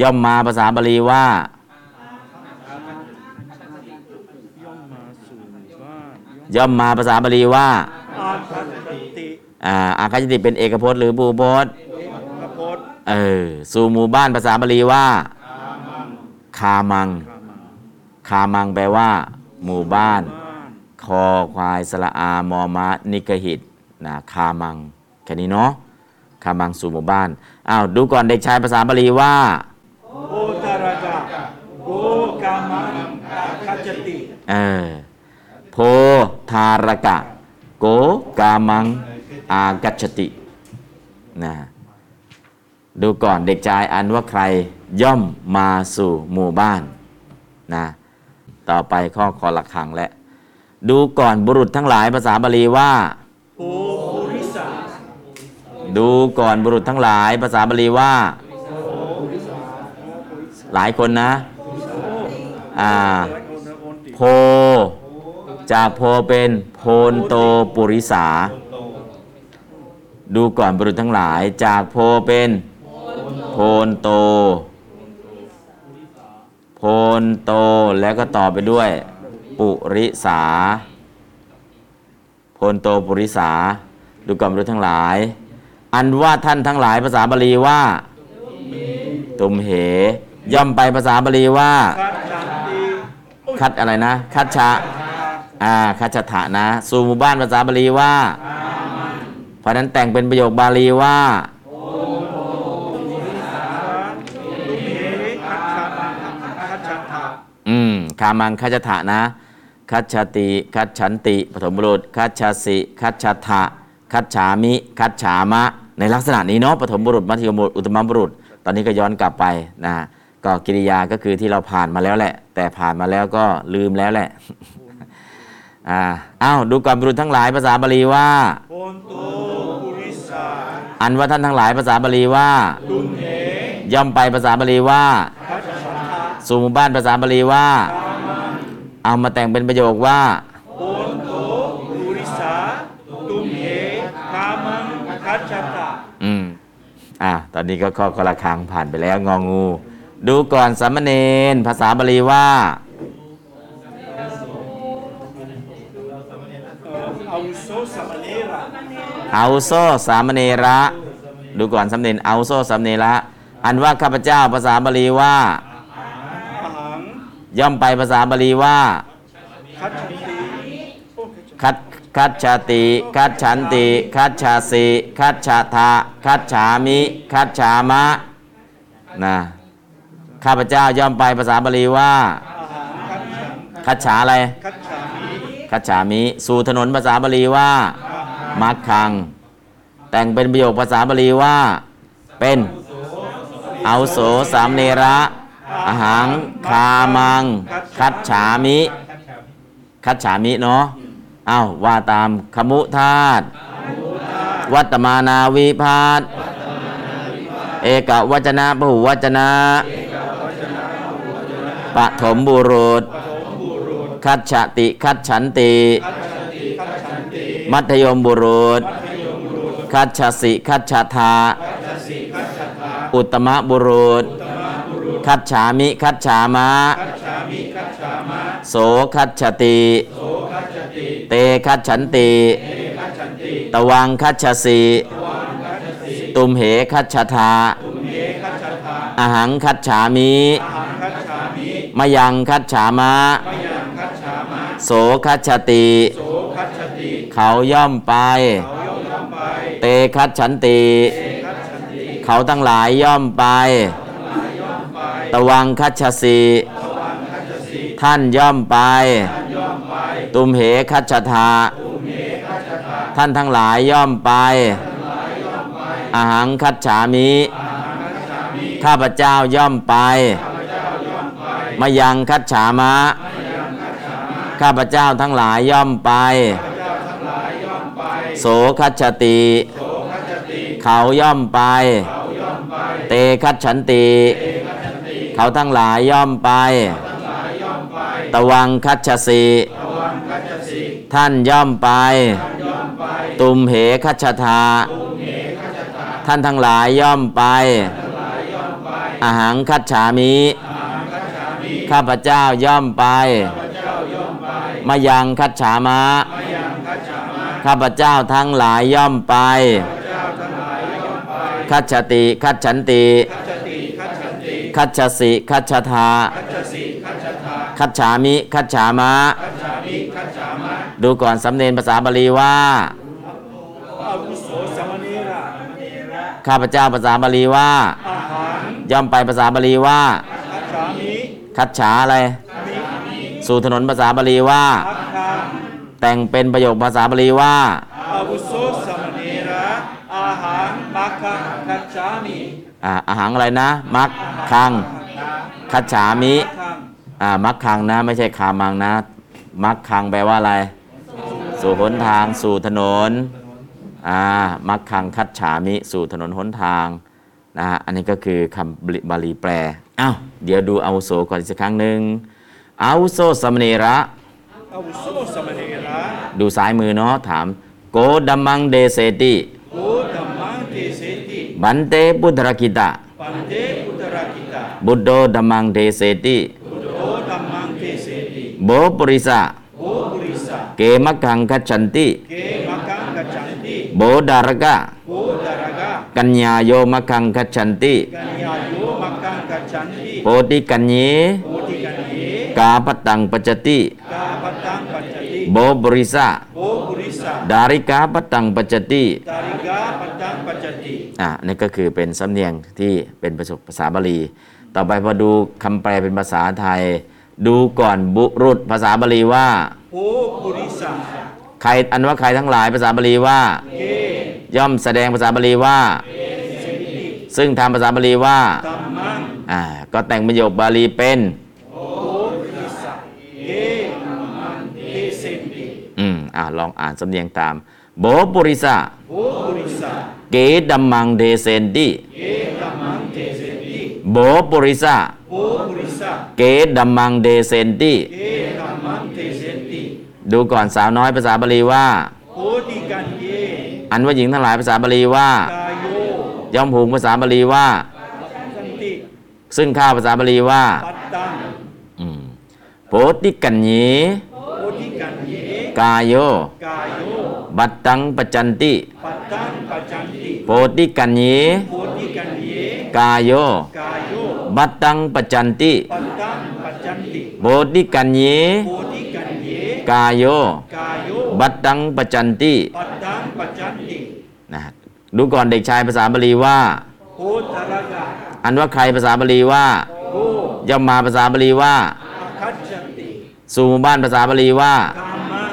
ย่อมมาภาษาบาลีว่า
ย่อมมาสู่บ้าน
ย่อมมาภาษาบาลีว่า
อาคัตติ
อ่าอาคาจิติเป็นเอกพจน์หรือบูพจน์
เอกพจน์
เออสู่หมู่บ้านภาษาบาลีว่า คามัง
ข้ามา
คามังแปลว่า หมู่บ้าน
บ้าน
คอควายสละอามอมะนิกหิตนะคามังแค่นี้เนาะคามังสู่หมู่บ้านอ้าวดูก่อนเด็กชายภาษาบาลีว่า
โอตารกะโกกามังอาคัจจติ
เออโพธารกะ โกกามัง อากัจฉตินะดูก่อนเด็กชายอันว่าใครย่อมมาสู่หมู่บ้านนะต่อไปข้อคอละครังและ ดูก่อนบุรุษทั้งหลายภาษาบาลีว่า
โอปุริสา
ดูก่อนบุรุษทั้งหลายภาษาบาลีว่า หลายคนนะอ่า
และโอนและโอนติ
โพจากโพเป็นโพนโตปุริสา ดูก่อนบุรุษทั้งหลาย จากโพเป็นโพนโต โพนโตแล้วก็ต่อไปด้วย ปุริสา โพนโตปุริสา ดูก่อนบุรุษทั้งหลาย อันว่าท่านทั้งหลายภาษาบาลีว่า ตุมเห ย่อมไปภาษาบาลีว่า
คัจฉันติ
คัดอะไรนะ คัดชะ อ่า คัดชะถะนะ สู่หมู่บ้านภาษาบาลีว่า เพราะนั้นแต่งเป็นประโยคบาลีว่า
ตุเมคัจฉันคัจฉันทะ
อืมคามังคัจจถะนะ คัจฉติ คัจฉันติ ปฐมบุรุษ คัจฉสิ คัจฉทะคัจฉามิ คัจฉามะ ในลักษณะนี้เนาะ ปฐมบุรุษ มัธยมบุรุษ อุตตมบุรุษ ตอนนี้ก็ย้อนกลับไปนะ ก็กิริยาก็คือที่เราผ่านมาแล้วแหละ แต่ผ่านมาแล้วก็ลืมแล้วแหละ อ่า อ้าว ดูก่อนบุรุษทั้งหลายภาษาบาลีว่า
โอนโตปุริสา
อันว่าท่านทั้งหลายภาษาบาลีว่า
ตุเม
ย่อมไปภาษาบาลีว่า
คัจฉันทะ
สู่หมู่บ้านภาษาบาลีว่า เอามาแต่งเป็นประโยคว่า
โอนโตปุริสาตุเมคามังคัจฉันทะ
อืม อ่ะ ตอนนี้ก็ข้อคนละครังผ่านไปแล้วงองู ดูก่อนสามเณรภาษาบาลีว่า
เอาโซสามเณระ
เอาโซสามเณระ ดูก่อนสามเณรเอาโซสามเณระ อันว่าข้าพเจ้าภาษาบาลีว่า
หัง
ย่อมไปภาษาบาลีว่า
คัจฉันติโอ้คัจฉันติ
คัดคัดชาติ คัดฉันติ คัดชาสิ คัดชาทะคัดฉามิ คัดฉามะนะข้าพเจ้าย่อมไปภาษาบาลีว่า
หังคัจฉัน
คัดฉาอะไร
คัจฉามิ
คัจฉามิ สู่ถนนภาษาบาลีว่ามักคัง แต่งเป็นประโยคภาษาบาลีว่า เป็นเอาโสสามเนระอาหังคามัง คัจฉามิ คัจฉามิเนาะเอ้าว่าตามขมุธาตวัตตมานาวิพาตเอกวัจนะพหุวัจนะปฐมบุรุษ คัจฉติ คัจฉันติ มัธยมบุรุษ คัจฉสิคัจฉทาอุตตมบุรุษ คัจฉามิ คัจฉามะ โสคัจฉติ เตคัจฉันติ ตวังคัจฉสีตุมเหคัจฉทาอาหังคัจฉามิ
คัจฉามิ
มยังคัจฉามะ
ยังคัจฉามา
โสคัจฉติ
โสคัจฉติ
เขาย่อมไป
เขาย่อมทำไป
เตคัจฉันติ
คัจฉันติ
เขาทั้งหลายย่อมไป ตวังคัจฉสีท่านย่อมไป ตุมเหคัจฉทาท่านทั้งหลายย่อมไป อาหังคัจฉามิ ข้าพเจ้าย่อมไป มายังคัจฉามะ ข้าพเจ้าทั้งหลายย่อมไป โสคัจฉติ เขาย่อมไป เตคัจฉันติ เขาทั้งหลายย่อมไป ตวังคัจฉสีท่านย่อมไป ตุมเหคัจฉทา ท่านทั้งหลายย่อมไป อาหังคัจฉามิข้าพเจ้าย่อมไป มายังคัจฉามะ ข้าพเจ้าทั้งหลายย่อมไป คัจฉติ คัจฉันติ คัจฉสิคัจฉทา คัจฉามิ คัจฉามะ ดูก่อนสำเนียงภาษาบาลีว่า
อาวุโสสามเณีระ
ข้าพเจ้าภาษาบาลีว่า
อาหาร
ย่อมไปภาษาบาลีว่า
คัจฉามิ
คัจฉาอะไร สู่ถนนภาษาบาลีว่า
พัทธา
แต่งเป็นประโยคภาษาบาลีว่า
อาวุโสสามเณีระอาหารมัคคะคัจฉามิ
อ่าอาหังอะไรนะ มักคัง คัจฉามิ
ทัง
อ่ามักคังนะ ไม่ใช่คามังนะ มักคังแปลว่าอะไร สู่หนทาง สู่ถนนอ่ามักคังคัจฉามิ สู่ถนนหนทางนะฮะอันนี้ก็คือคำบริบาลีแปลอ้าวเดี๋ยวดูอาวุโสก่อนอีกสักครั้งหนึ่งอาวุโสสมเนระ
อาวุโสสามเณีระ
ดูซ้ายมือเนาะถาม โกดัมมังเดเซติ
โอตัมมังเตเสติ
บันเตปุตรกิตะ
ปันเตอุตรากิตา
บุตโดดัมมังเดเซติ
โอตัมมังเตเสติ
โบปุริสะ
โอปุริสา
เกมะกังกัจฉันติ
เกมัคคังคัจฉามิ
โบดารกะ
โอดารากา
กัญญาโยมะกังกัจฉันติ
กัญญาโยมักกังกัจฉันติ
โพติกัญเย
โพธิกันเย
กาปตังปัจจติ
กาปตังปัจจติ
โบปุริสะ
โบปุริสา
ดาริกาปตังปัจจติ
ตาริกาปตังปัจจติ
อ่ะนี่ก็คือเป็นสำเนียงที่เป็นประสบภาษาบาลี ต่อไปพอดูคำแปลเป็นภาษาไทย ดูก่อนบุรุษภาษาบาลีว่า
โพปุริสา
ใครอันว่าใครทั้งหลายภาษาบาลีว่า
เก
ย่อมแสดงภาษาบาลีว่า ซึ่งทำภาษาบาลีว่า
ตัมมัง
อ่าก็แต่งประโยคบาลีเป็น
เกมันเกเสนติ
อืมอ่าลองอ่านสำเนียงตาม โบปุริสะ
โพปุริสา
เกดัมมังเดเซนติ
เกตัมมังเกเสนติ
โบปุริสะ
โพปุริสา
เกดัมมังเดเซนติ
เกตัมมังเกเสนติ
ดูก่อนสาวน้อยภาษาบาลีว่า
โพธิกันเย
อันว่าหญิงทั้งหลายภาษาบาลีว่า
กาโย
ย่อมหูงภาษาบาลีว่า
สันติ
ซึ่งข้าภาษาบาลีว่า
ปัตตัง
อืมโพติกัญญี
โพธิกันเย
กายโย
กาโย
บัตตังปจจันติ
ปัตตังปัจจันติ
โพติกัญญี
โพธิกันเย
กายโย
กายโย
บัตตังปจจันติ
ปัตตังปัจจันติ
โพติกัญญี
โพธิกันเย
กายโย
กายโย
บัตตังปจจันติ
ปัตตังปัจจันติ
นะฮะดูก่อนเด็กชายภาษาบาลีว่า
โพธารกะ
อันว่าใครภาษาบาลีว่า
โก
ย่อมมาภาษาบาลีว่า
อาคัจจติ
สู่หมู่บ้านภาษาบาลีว่า
กามัง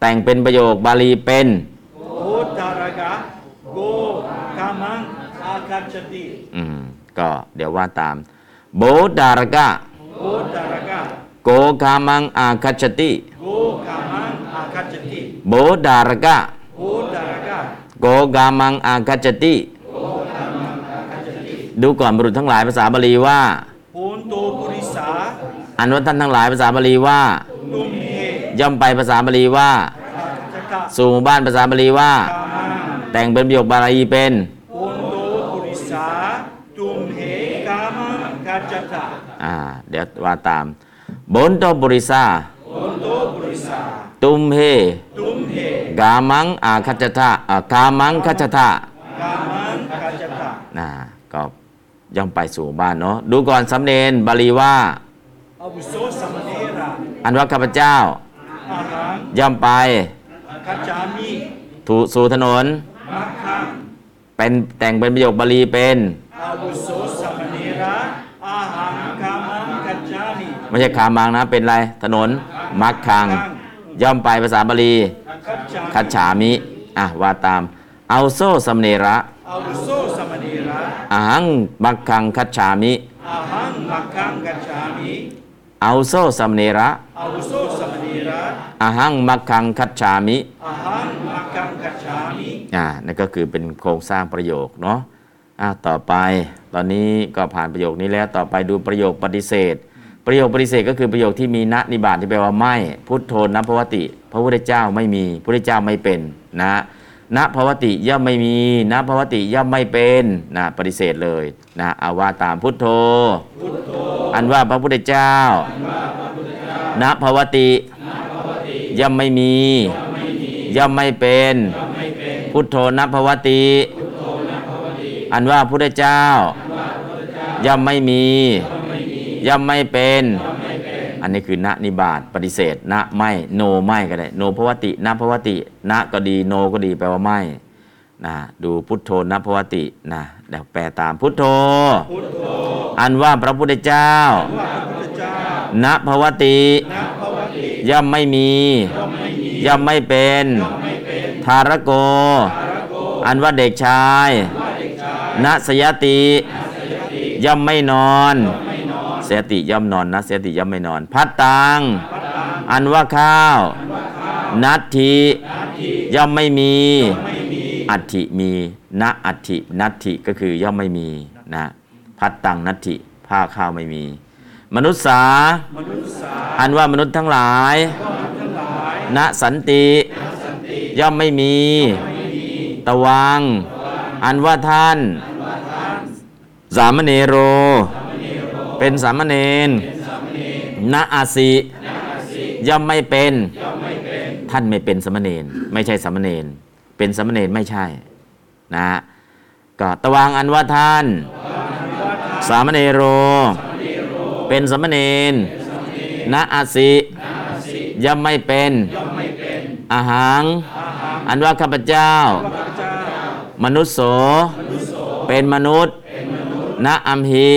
แต่งเป็นประโยคบาลีเป็น
โพธารกะโกกามังอาคัจจติ
อืม ก็เดี๋ยวว่าตาม โบดารกะ
โพธารกะ
โกกามังอาคัจฉติ
โกกามังอาคัจจติ
โบดารกะ
โพธารกะ
โกกามังอาคัจจติ ดูก่อนบุรุษทั้งหลายภาษาบาลีว่า
โพนโตปุริสา
อันว่าท่านทั้งหลายภาษาบาลีว่า
ตุมเฮ
ย่อมไปภาษาบาลีว่า
อาคัจจตะ
สู่หมู่บ้านภาษาบาลีว่า
กามัง
แต่งเป็นประโยคบาลีเป็น
โอนโตปุริสาตุมเหกามกาจจตา
อ่า เดี๋ยวว่าตามบนโตบุริสา
โอนโตปุริสา
ตุมเฮ
ตุมเห
กามังอาคัจจทะอ่ากามังคัจจทะ
กามันกาจจตา
นะก็ย่อมไปสู่หมู่บ้านเนาะ ดูก่อนสำเนนบาลีว่า
อาวุโสสมเนระ
อันว่าข้าพเจ้า
อาหาร
ย่อมไป
กัจจามิ
ถูสู่ถนน
มัคคัง
เป็นแต่งเป็นประโยคบาลีเป็น
อาวุโสสมเนระอาหารกามันกัจจามิ
ไม่ใช่คามังนะ เป็นอะไร ถนน มักคัง ย่อมไปภาษาบาลี
กัจจา
คัจ
มิ
ฉามิ อ่ะ ว่าตาม เอาโซสัมเนระ
อาวุโสสมเนระ
อาหังมักคังคัจฉามิ
อาหังมัคคังกัจจามิ
เอาโซสัมเนระ
อาวุโสสมเนระ
อาหังมักคังคัจฉามิ
อาหังมัคคังกัจจามิ
อ่า นั่นก็คือเป็นโครงสร้างประโยคเนาะ อ่า ต่อไป ตอนนี้ก็ผ่านประโยคนี้แล้ว ต่อไปดูประโยคปฏิเสธ ประโยคปฏิเสธก็คือประโยคที่มีณนิบาตที่แปลว่าไม่ พุทโธนะพวติ พระพุทธเจ้าไม่มี พระพุทธเจ้าไม่เป็นนะ ณภวติย่อมไม่มีณภวติย่อมไม่เป็นนะปฏิเสธเลยนะเอาว่าตามพุทโธ อันว่าพระพุทธเจ้าณภวติย่อมไม่มี ย่อมไม่เป็น พุทโธณภวติ อันว่าพุทธเจ้า ย่อมไม่มี ย่อมไม่เป็น อันนี้คือณนิบาตปฏิเสธณไม่โนไม่ก็ได้โนภวติณภวติณก็ดีโนก็ดีแปลว่าไม่นะดูพุทโธณภวตินะเดี๋ยวแปลตามพุทโธ
พุทโธ
อันว่าพระพุทธเจ้า
ว่าพระพุทธเจ้า
ณภวติ
นักภวติ
ย่อมไม่มี
ไม่มี
ย่อมไม่เป็น
ไม่เป็น
ทารโก
อรโก
อันว่าเด็กชาย
ว่าเด็กชาย
ณสยติ ย่อมไม่นอน เสยติย่อมนอนนะเสยติย่อมไม่นอน พัดตัง
พัตตัง
อันว่าข้าว นัตถิ
อาทิ
ย่อมไม่มี
ไม่มี
อัตถิมีณอัตถินัตถิก็คือย่อมไม่มีนะพัดตังนัตถิผ้าข้าวไม่มี มนุษย์สา
มนุษย์สา
อันว่ามนุษย์ทั้งหลาย
ทั้งหลาย
ณสันติ
สันติ
ย่อมไม่มี ตวัง อันว่าท่าน สามเณโร เป็นสามเณรณอาสิย่อมไม่เป็น ท่านไม่เป็นสามเณรไม่ใช่สามเณรเป็นสามเณรไม่ใช่นะฮะก็ตวังอันว่าท่าน สามเณโร เป็นสามเณรณอาสิย่อมไม่เป็น อาหาร อันว่าข้าพเจ้า
พระเจ้าม
นุษย์โส เป็นมนุษย์ ณอัมหิ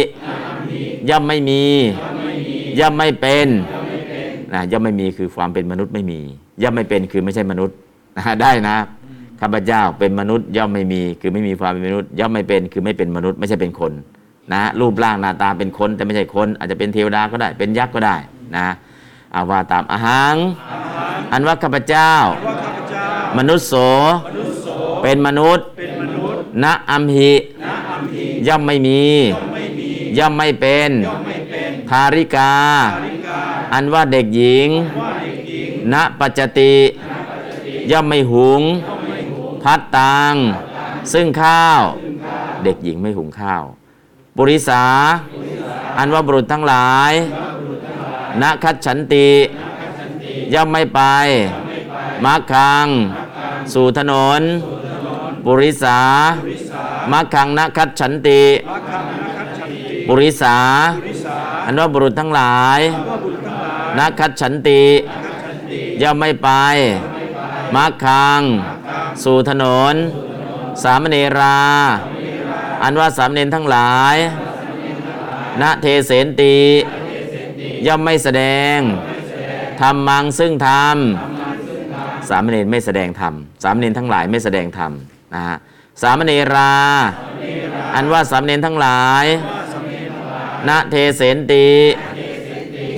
ย่อมไม่มี ย่อมไม่เป็นนะย่อมไม่มีคือความเป็นมนุษย์ไม่มี ย่อมไม่เป็นคือไม่ใช่มนุษย์ นะได้นะข้าพเจ้าเป็นมนุษย์ ย่อมไม่มี คือไม่มีความเป็นมนุษย์ ย่อมไม่เป็นคือไม่เป็นมนุษย์ ไม่ใช่เป็นคน นะรูปร่างหน้าตาเป็นคน แต่ไม่ใช่คน อาจจะเป็นเทวดาก็ได้เป็นยักษ์ก็ได้นะเอาว่าตามอาหารอันว่าข้าพเจ้า
ว่าข้าพเจ้าม
นุษย์โส
มนุษย์โส
เป็นมนุษย์
เป็นมนุษย์
ณอัมหิ
นะอัมหิ
ย่อมไม่มี
ไม่มี
ย่อมไม่เป็น
ไม่เป็น
ภาริกา
อริกา
อันว่าเด็กหญิง
ว่าเด็กหญิง
ณปัจจติ ย่อมไม่หุง พัดตัง ซึ่งข้าว เด็กหญิงไม่หุงข้าว ปุริสา อันว่าบุรุษทั้งหลายณคัดฉันติ ย่อมไม่ไปมักคัง สู่ถนน ปุริสามักคังณคัดฉันติ
พระคำนักขัดฉันติ
ปุริสา
วิสา
อันว่าบุรุษทั้งหลาย
ว่าบุตรทั้งหลาย
นักคัดฉันติ
ขัดฉันติ
ย่อมไม่ไปมักคัง สู่ถนน สามเณรา อันว่าสามเณรทั้งหลายณเทเสนติ ย่อมไม่แสดงธรรมังซึ่งธรรมสามเณรไม่แสดงธรรมสามเณรทั้งหลายไม่แสดงธรรมนะฮะสามเณรา อันว่าสามเณรทั้งหลายณเทเสนติ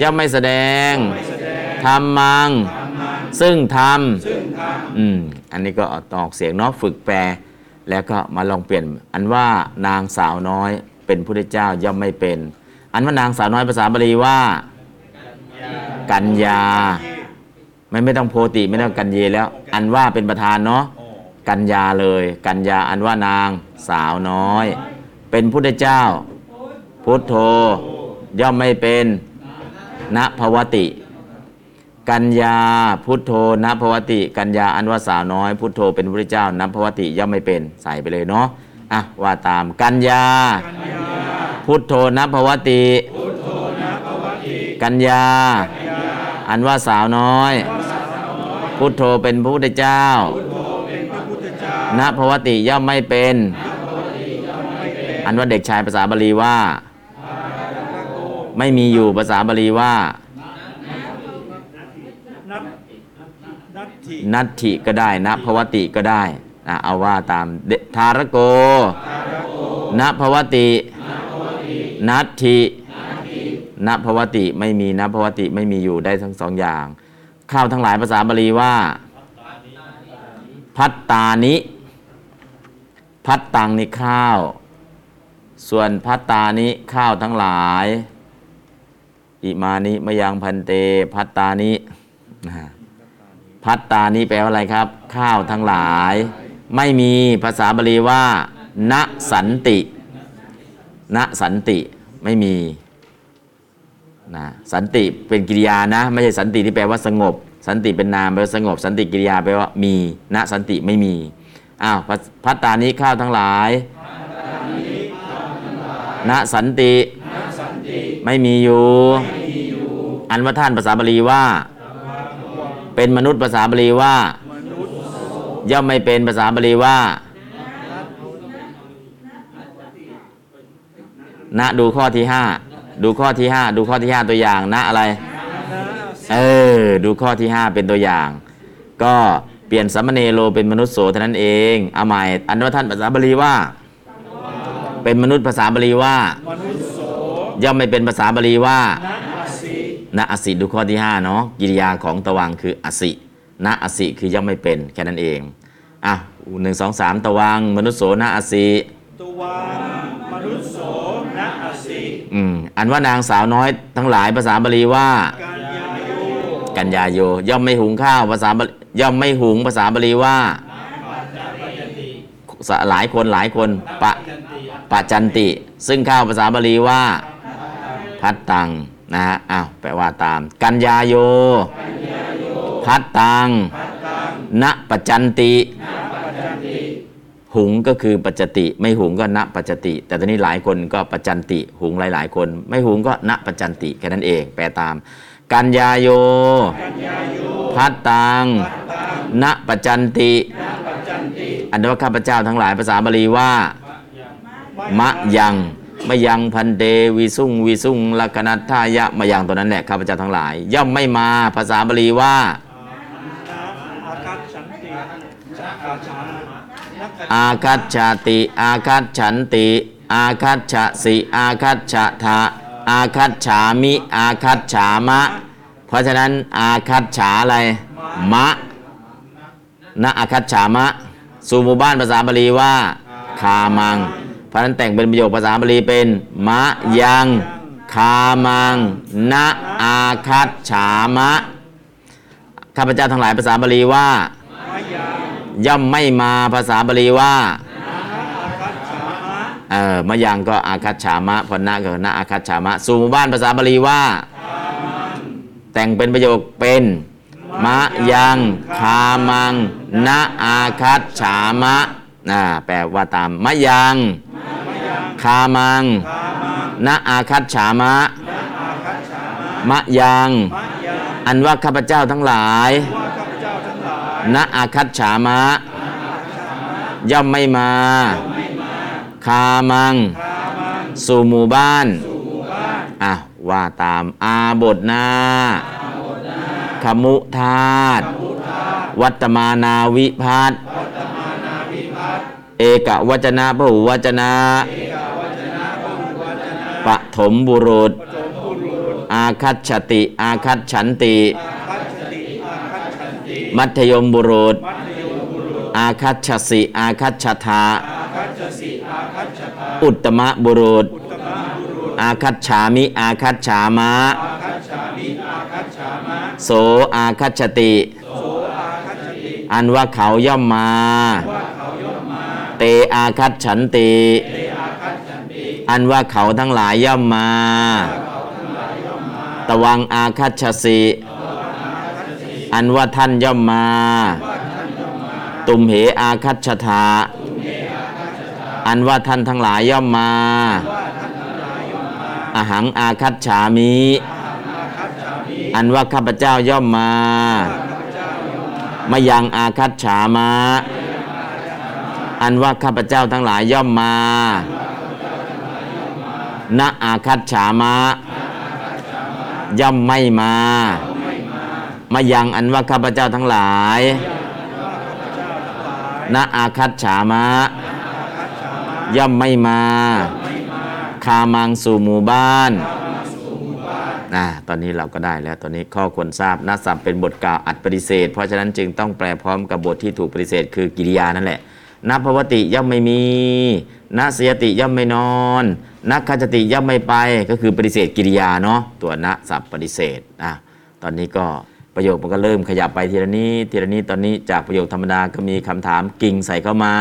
ย่อมไม่แสดงธรรมัง ซึ่งธรรมอืมอันนี้ก็ออกเสียงเนาะฝึกแปล แล้วก็มาลองเปลี่ยน อันว่านางสาวน้อยเป็นพระเจ้าย่อมไม่เป็น อันว่านางสาวน้อยภาษาบาลีว่า กัญญา ไม่ไม่ต้องโพติไม่ต้องกันเยแล้ว อันว่าเป็นประธานเนาะกัญญาเลย กัญญาอันว่านางสาวน้อย เป็นพุทธเจ้า พุทโธย่อมไม่เป็นณภวติ กัญญาพุทโธณภวติ กัญญาอันว่าสาวน้อยพุทโธเป็นพระเจ้าณภวติย่อมไม่เป็นใส่ไปเลยเนาะอ่ะว่าตามกัญญา พุทโธณภวติกัญญา อันว่าสาวน้อย พุทโธเป็นพระพุทธเจ้าณภวติย่อมไม่เป็น อันว่าเด็กชายภาษาบาลีว่า ไม่มีอยู่ภาษาบาลีว่า
นัตนัตถิ
นัตถิก็ได้นะภวติก็ได้นะเอาว่าตามเดทารโกนะภวติ นัตถินะภวติไม่มีนะภวติไม่มีอยู่ได้ทั้งสองอย่าง ข้าวทั้งหลายภาษาบาลีว่า พัตตานิ พัตตังนิข้าว ส่วนพัตตานิข้าวทั้งหลาย อิมานิมยังพันเต พัตตานินะฮะ พัตตานี้แปลว่าอะไรครับ ข้าวทั้งหลาย ไม่มีภาษาบาลีว่า ณสันติ ณสันติไม่มีนะสันติเป็นกิริยานะ ไม่ใช่สันติที่แปลว่าสงบ สันติเป็นนามแปลว่าสงบ สันติกิริยาแปลว่ามี ณสันติไม่มีอ้าวพัสพัตตานี้ข้าวทั้งหลายณสันติไม่มีอยู่อันว่าท่านภาษาบาลีว่า เป็นมนุษย์ภาษาบาลีว่า ย่อมไม่เป็นภาษาบาลีว่า ณดูข้อที่ห้าดูข้อที่ห้าดูข้อที่ห้าตัวอย่างณอะไร เออ ดูข้อที่ห้าเป็นตัวอย่าง ก็เปลี่ยนสามเณรโลเป็นมนุษย์โสเท่านั้นเองเอาใหม่อันว่าท่านภาษาบาลีว่า เป็นมนุษย์ภาษาบาลีว่า
มนุษย์โส
ย่อมไม่เป็นภาษาบาลีว่า
นะอาสิ
ณอสิดูข้อที่5เนาะกิริยาของตะวังคืออสิณอสิคือย่อมไม่เป็นแค่นั้นเองอ่ะหนึ่งสองสามตะวัง มนุษย์โสณอสิ
ตวามนุษย์โสนะอาสิ
อืมอันว่านางสาวน้อยทั้งหลายภาษาบาลีว่า
การยาโย
กัญญาโย ย่อมไม่หุงข้าวภาษาบาลีย่อมไม่หุงภาษาบาลีว่าสะหลายคนหลายคนปะปะจันติ ซึ่งข้าวภาษาบาลีว่า พัดตังนะฮะอ้าวแปลว่าตาม กัญญาโย พัดตังณปะจันติ หุงก็คือปัจจติ ไม่หุงก็ณปัจจติ แต่ตอนนี้หลายคนก็ปัจจันติ หุงหลาย ๆ คน ไม่หุงก็ณปัจจันติแค่นั้นเอง แปลตาม กัญญาโย พัตตังณปัจจันติ อันว่าข้าพเจ้าทั้งหลายภาษาบาลีว่า มะยังมะยังพันเดวิสุงวิสุงลักนัทธายะมะยังตัวนั้นแหละข้าพเจ้าทั้งหลาย ย่อมไม่มาภาษาบาลีว่า
นะอาคัตฉันติจักาชานักกะ
อาคัจฉาติ อาคัจฉันติ อาคัจฉะสิ อาคัจฉะทะอาคัจฉามิ อาคัจฉามะ เพราะฉะนั้นอาคัจฉาอะไร มะนะอาคัจฉามะ สู่หมู่บ้านภาษาบาลีว่า คามัง เพราะฉะนั้นแต่งเป็นประโยคภาษาบาลีเป็น มะยัง คามัง นะอาคัจฉามะ ข้าพเจ้าทั้งหลายภาษาบาลีว่า
มะยัง
ย่อมไม่มาภาษาบาลีว่า
อาคัตฉามะ
เออมะยังก็อาคัจฉามะพนะก็นะอาคัจฉามะ สู่หมู่บ้านภาษาบาลีว่า แต่งเป็นประโยคเป็น มะยังคามัง นะอาคัจฉามะนะแปลว่าตามมะยังคามัง นะอาคัจฉามะ มะยัง
มะยัง
อันว่าข้าพเจ้าทั้งหลาย
ว่าข้าพเจ้าทั้งหลาย
ณอาคัตฉามะ ย่อมไม่มา คามัง สู่หมู่บ้านอ่ะว่าตามอาบทนาขมุธาตวัตตมานาวิพัตเอกวจนะพหูวจนะปฐมบุรุษ อาคัตชติ อาคัตฉันติ
คัตฉติอาคัตฉันติ
มัธยมบุรุษ
มัธยมบุรุษ
อาคัตชสิ อาคัตชทา
อาคัตฉสิอาคัตฉตา
อุตตมะบุรุษ
อุตตมะบุรุษ
อาคัตฉามิ อาคัตฉามะ
อาคัตฉามิอาคัตฉามะ
โสอาคัตชติ
โสอาคัตฉติ
อันว่าเขาย่อมมา เตอาคัตฉันติ อันว่าเขาทั้งหลายย่อมมา ตวังอาคัตชสิ อันว่าท่านย่อมมา ตุมเหอาคัตชทา อันว่าท่านทั้งหลายย่อมมา อหังอาคัตฉามิ อันว่าข้าพเจ้าย่อมมา มายังอาคัตฉามะ อันว่าข้าพเจ้าทั้งหลายย่อมมา ณอาคัตฉามะ ย่อมไม่มา มายังอันว่าข้าพเจ้าทั้งหลาย ณอาคัตฉามะ ย่อมไม่มา คามังสู่หมู่บ้านนะตอนนี้เราก็ได้แล้ว ตอนนี้ข้อควรทราบนัสสัมเป็นบทกล่าวอัดปฏิเสธ เพราะฉะนั้นจึงต้องแปลพร้อมกับบทที่ถูกปฏิเสธ คือกิริยานั่นแหละนภวติย่อมไม่มีนัสยติย่อมไม่นอนนักขจติย่อมไม่ไป ก็คือปฏิเสธกิริยาเนาะ ตัวนะสับปฏิเสธอ่ะตอนนี้ก็ ประโยคมันก็เริ่มขยับไปทีละนี้ ทีละนี้ตอนนี้จากประโยคธรรมดาก็มีคำถามกิ่งใส่เข้ามา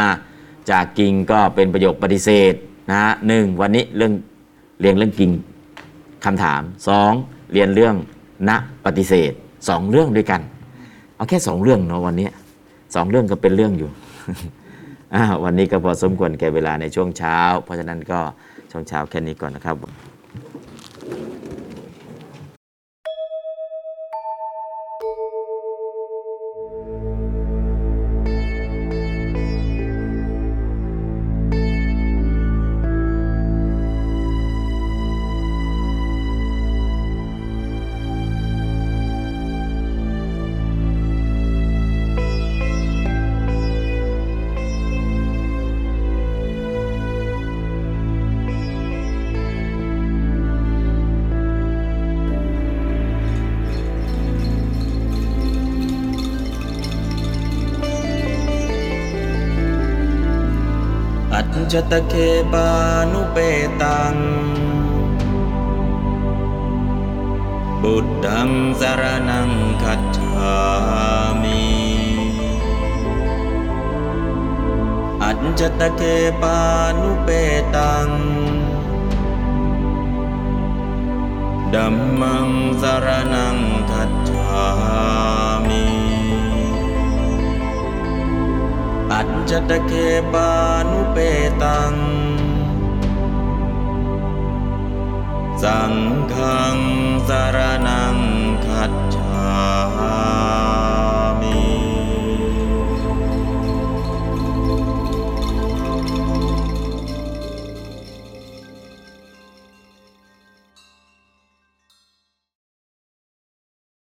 จากกิ่งก็เป็นประโยคปฏิเสธนะฮะหนึ่งวันนี้เรื่องเรียนเรื่องกิ่งคำถามสองเรียนเรื่องณปฏิเสธสองเรื่องด้วยกัน เอาแค่สองเรื่องเนาะวันเนี้ยสองเรื่องก็เป็นเรื่อง อยู่ อ่าวันนี้ก็พอสมควรแก่เวลาในช่วงเช้า เพราะฉะนั้นก็ช่วงเช้าแค่นี้ก่อนนะครับ
อัจจตเคปานุเปตัง บุตตังสารนังคัจฉามิอัจจตเคปานุเปตัง ดัมมังสารนังคัจฉามิ อัจจตเคปานุเปตัง สังฆังสารนังคัจฉา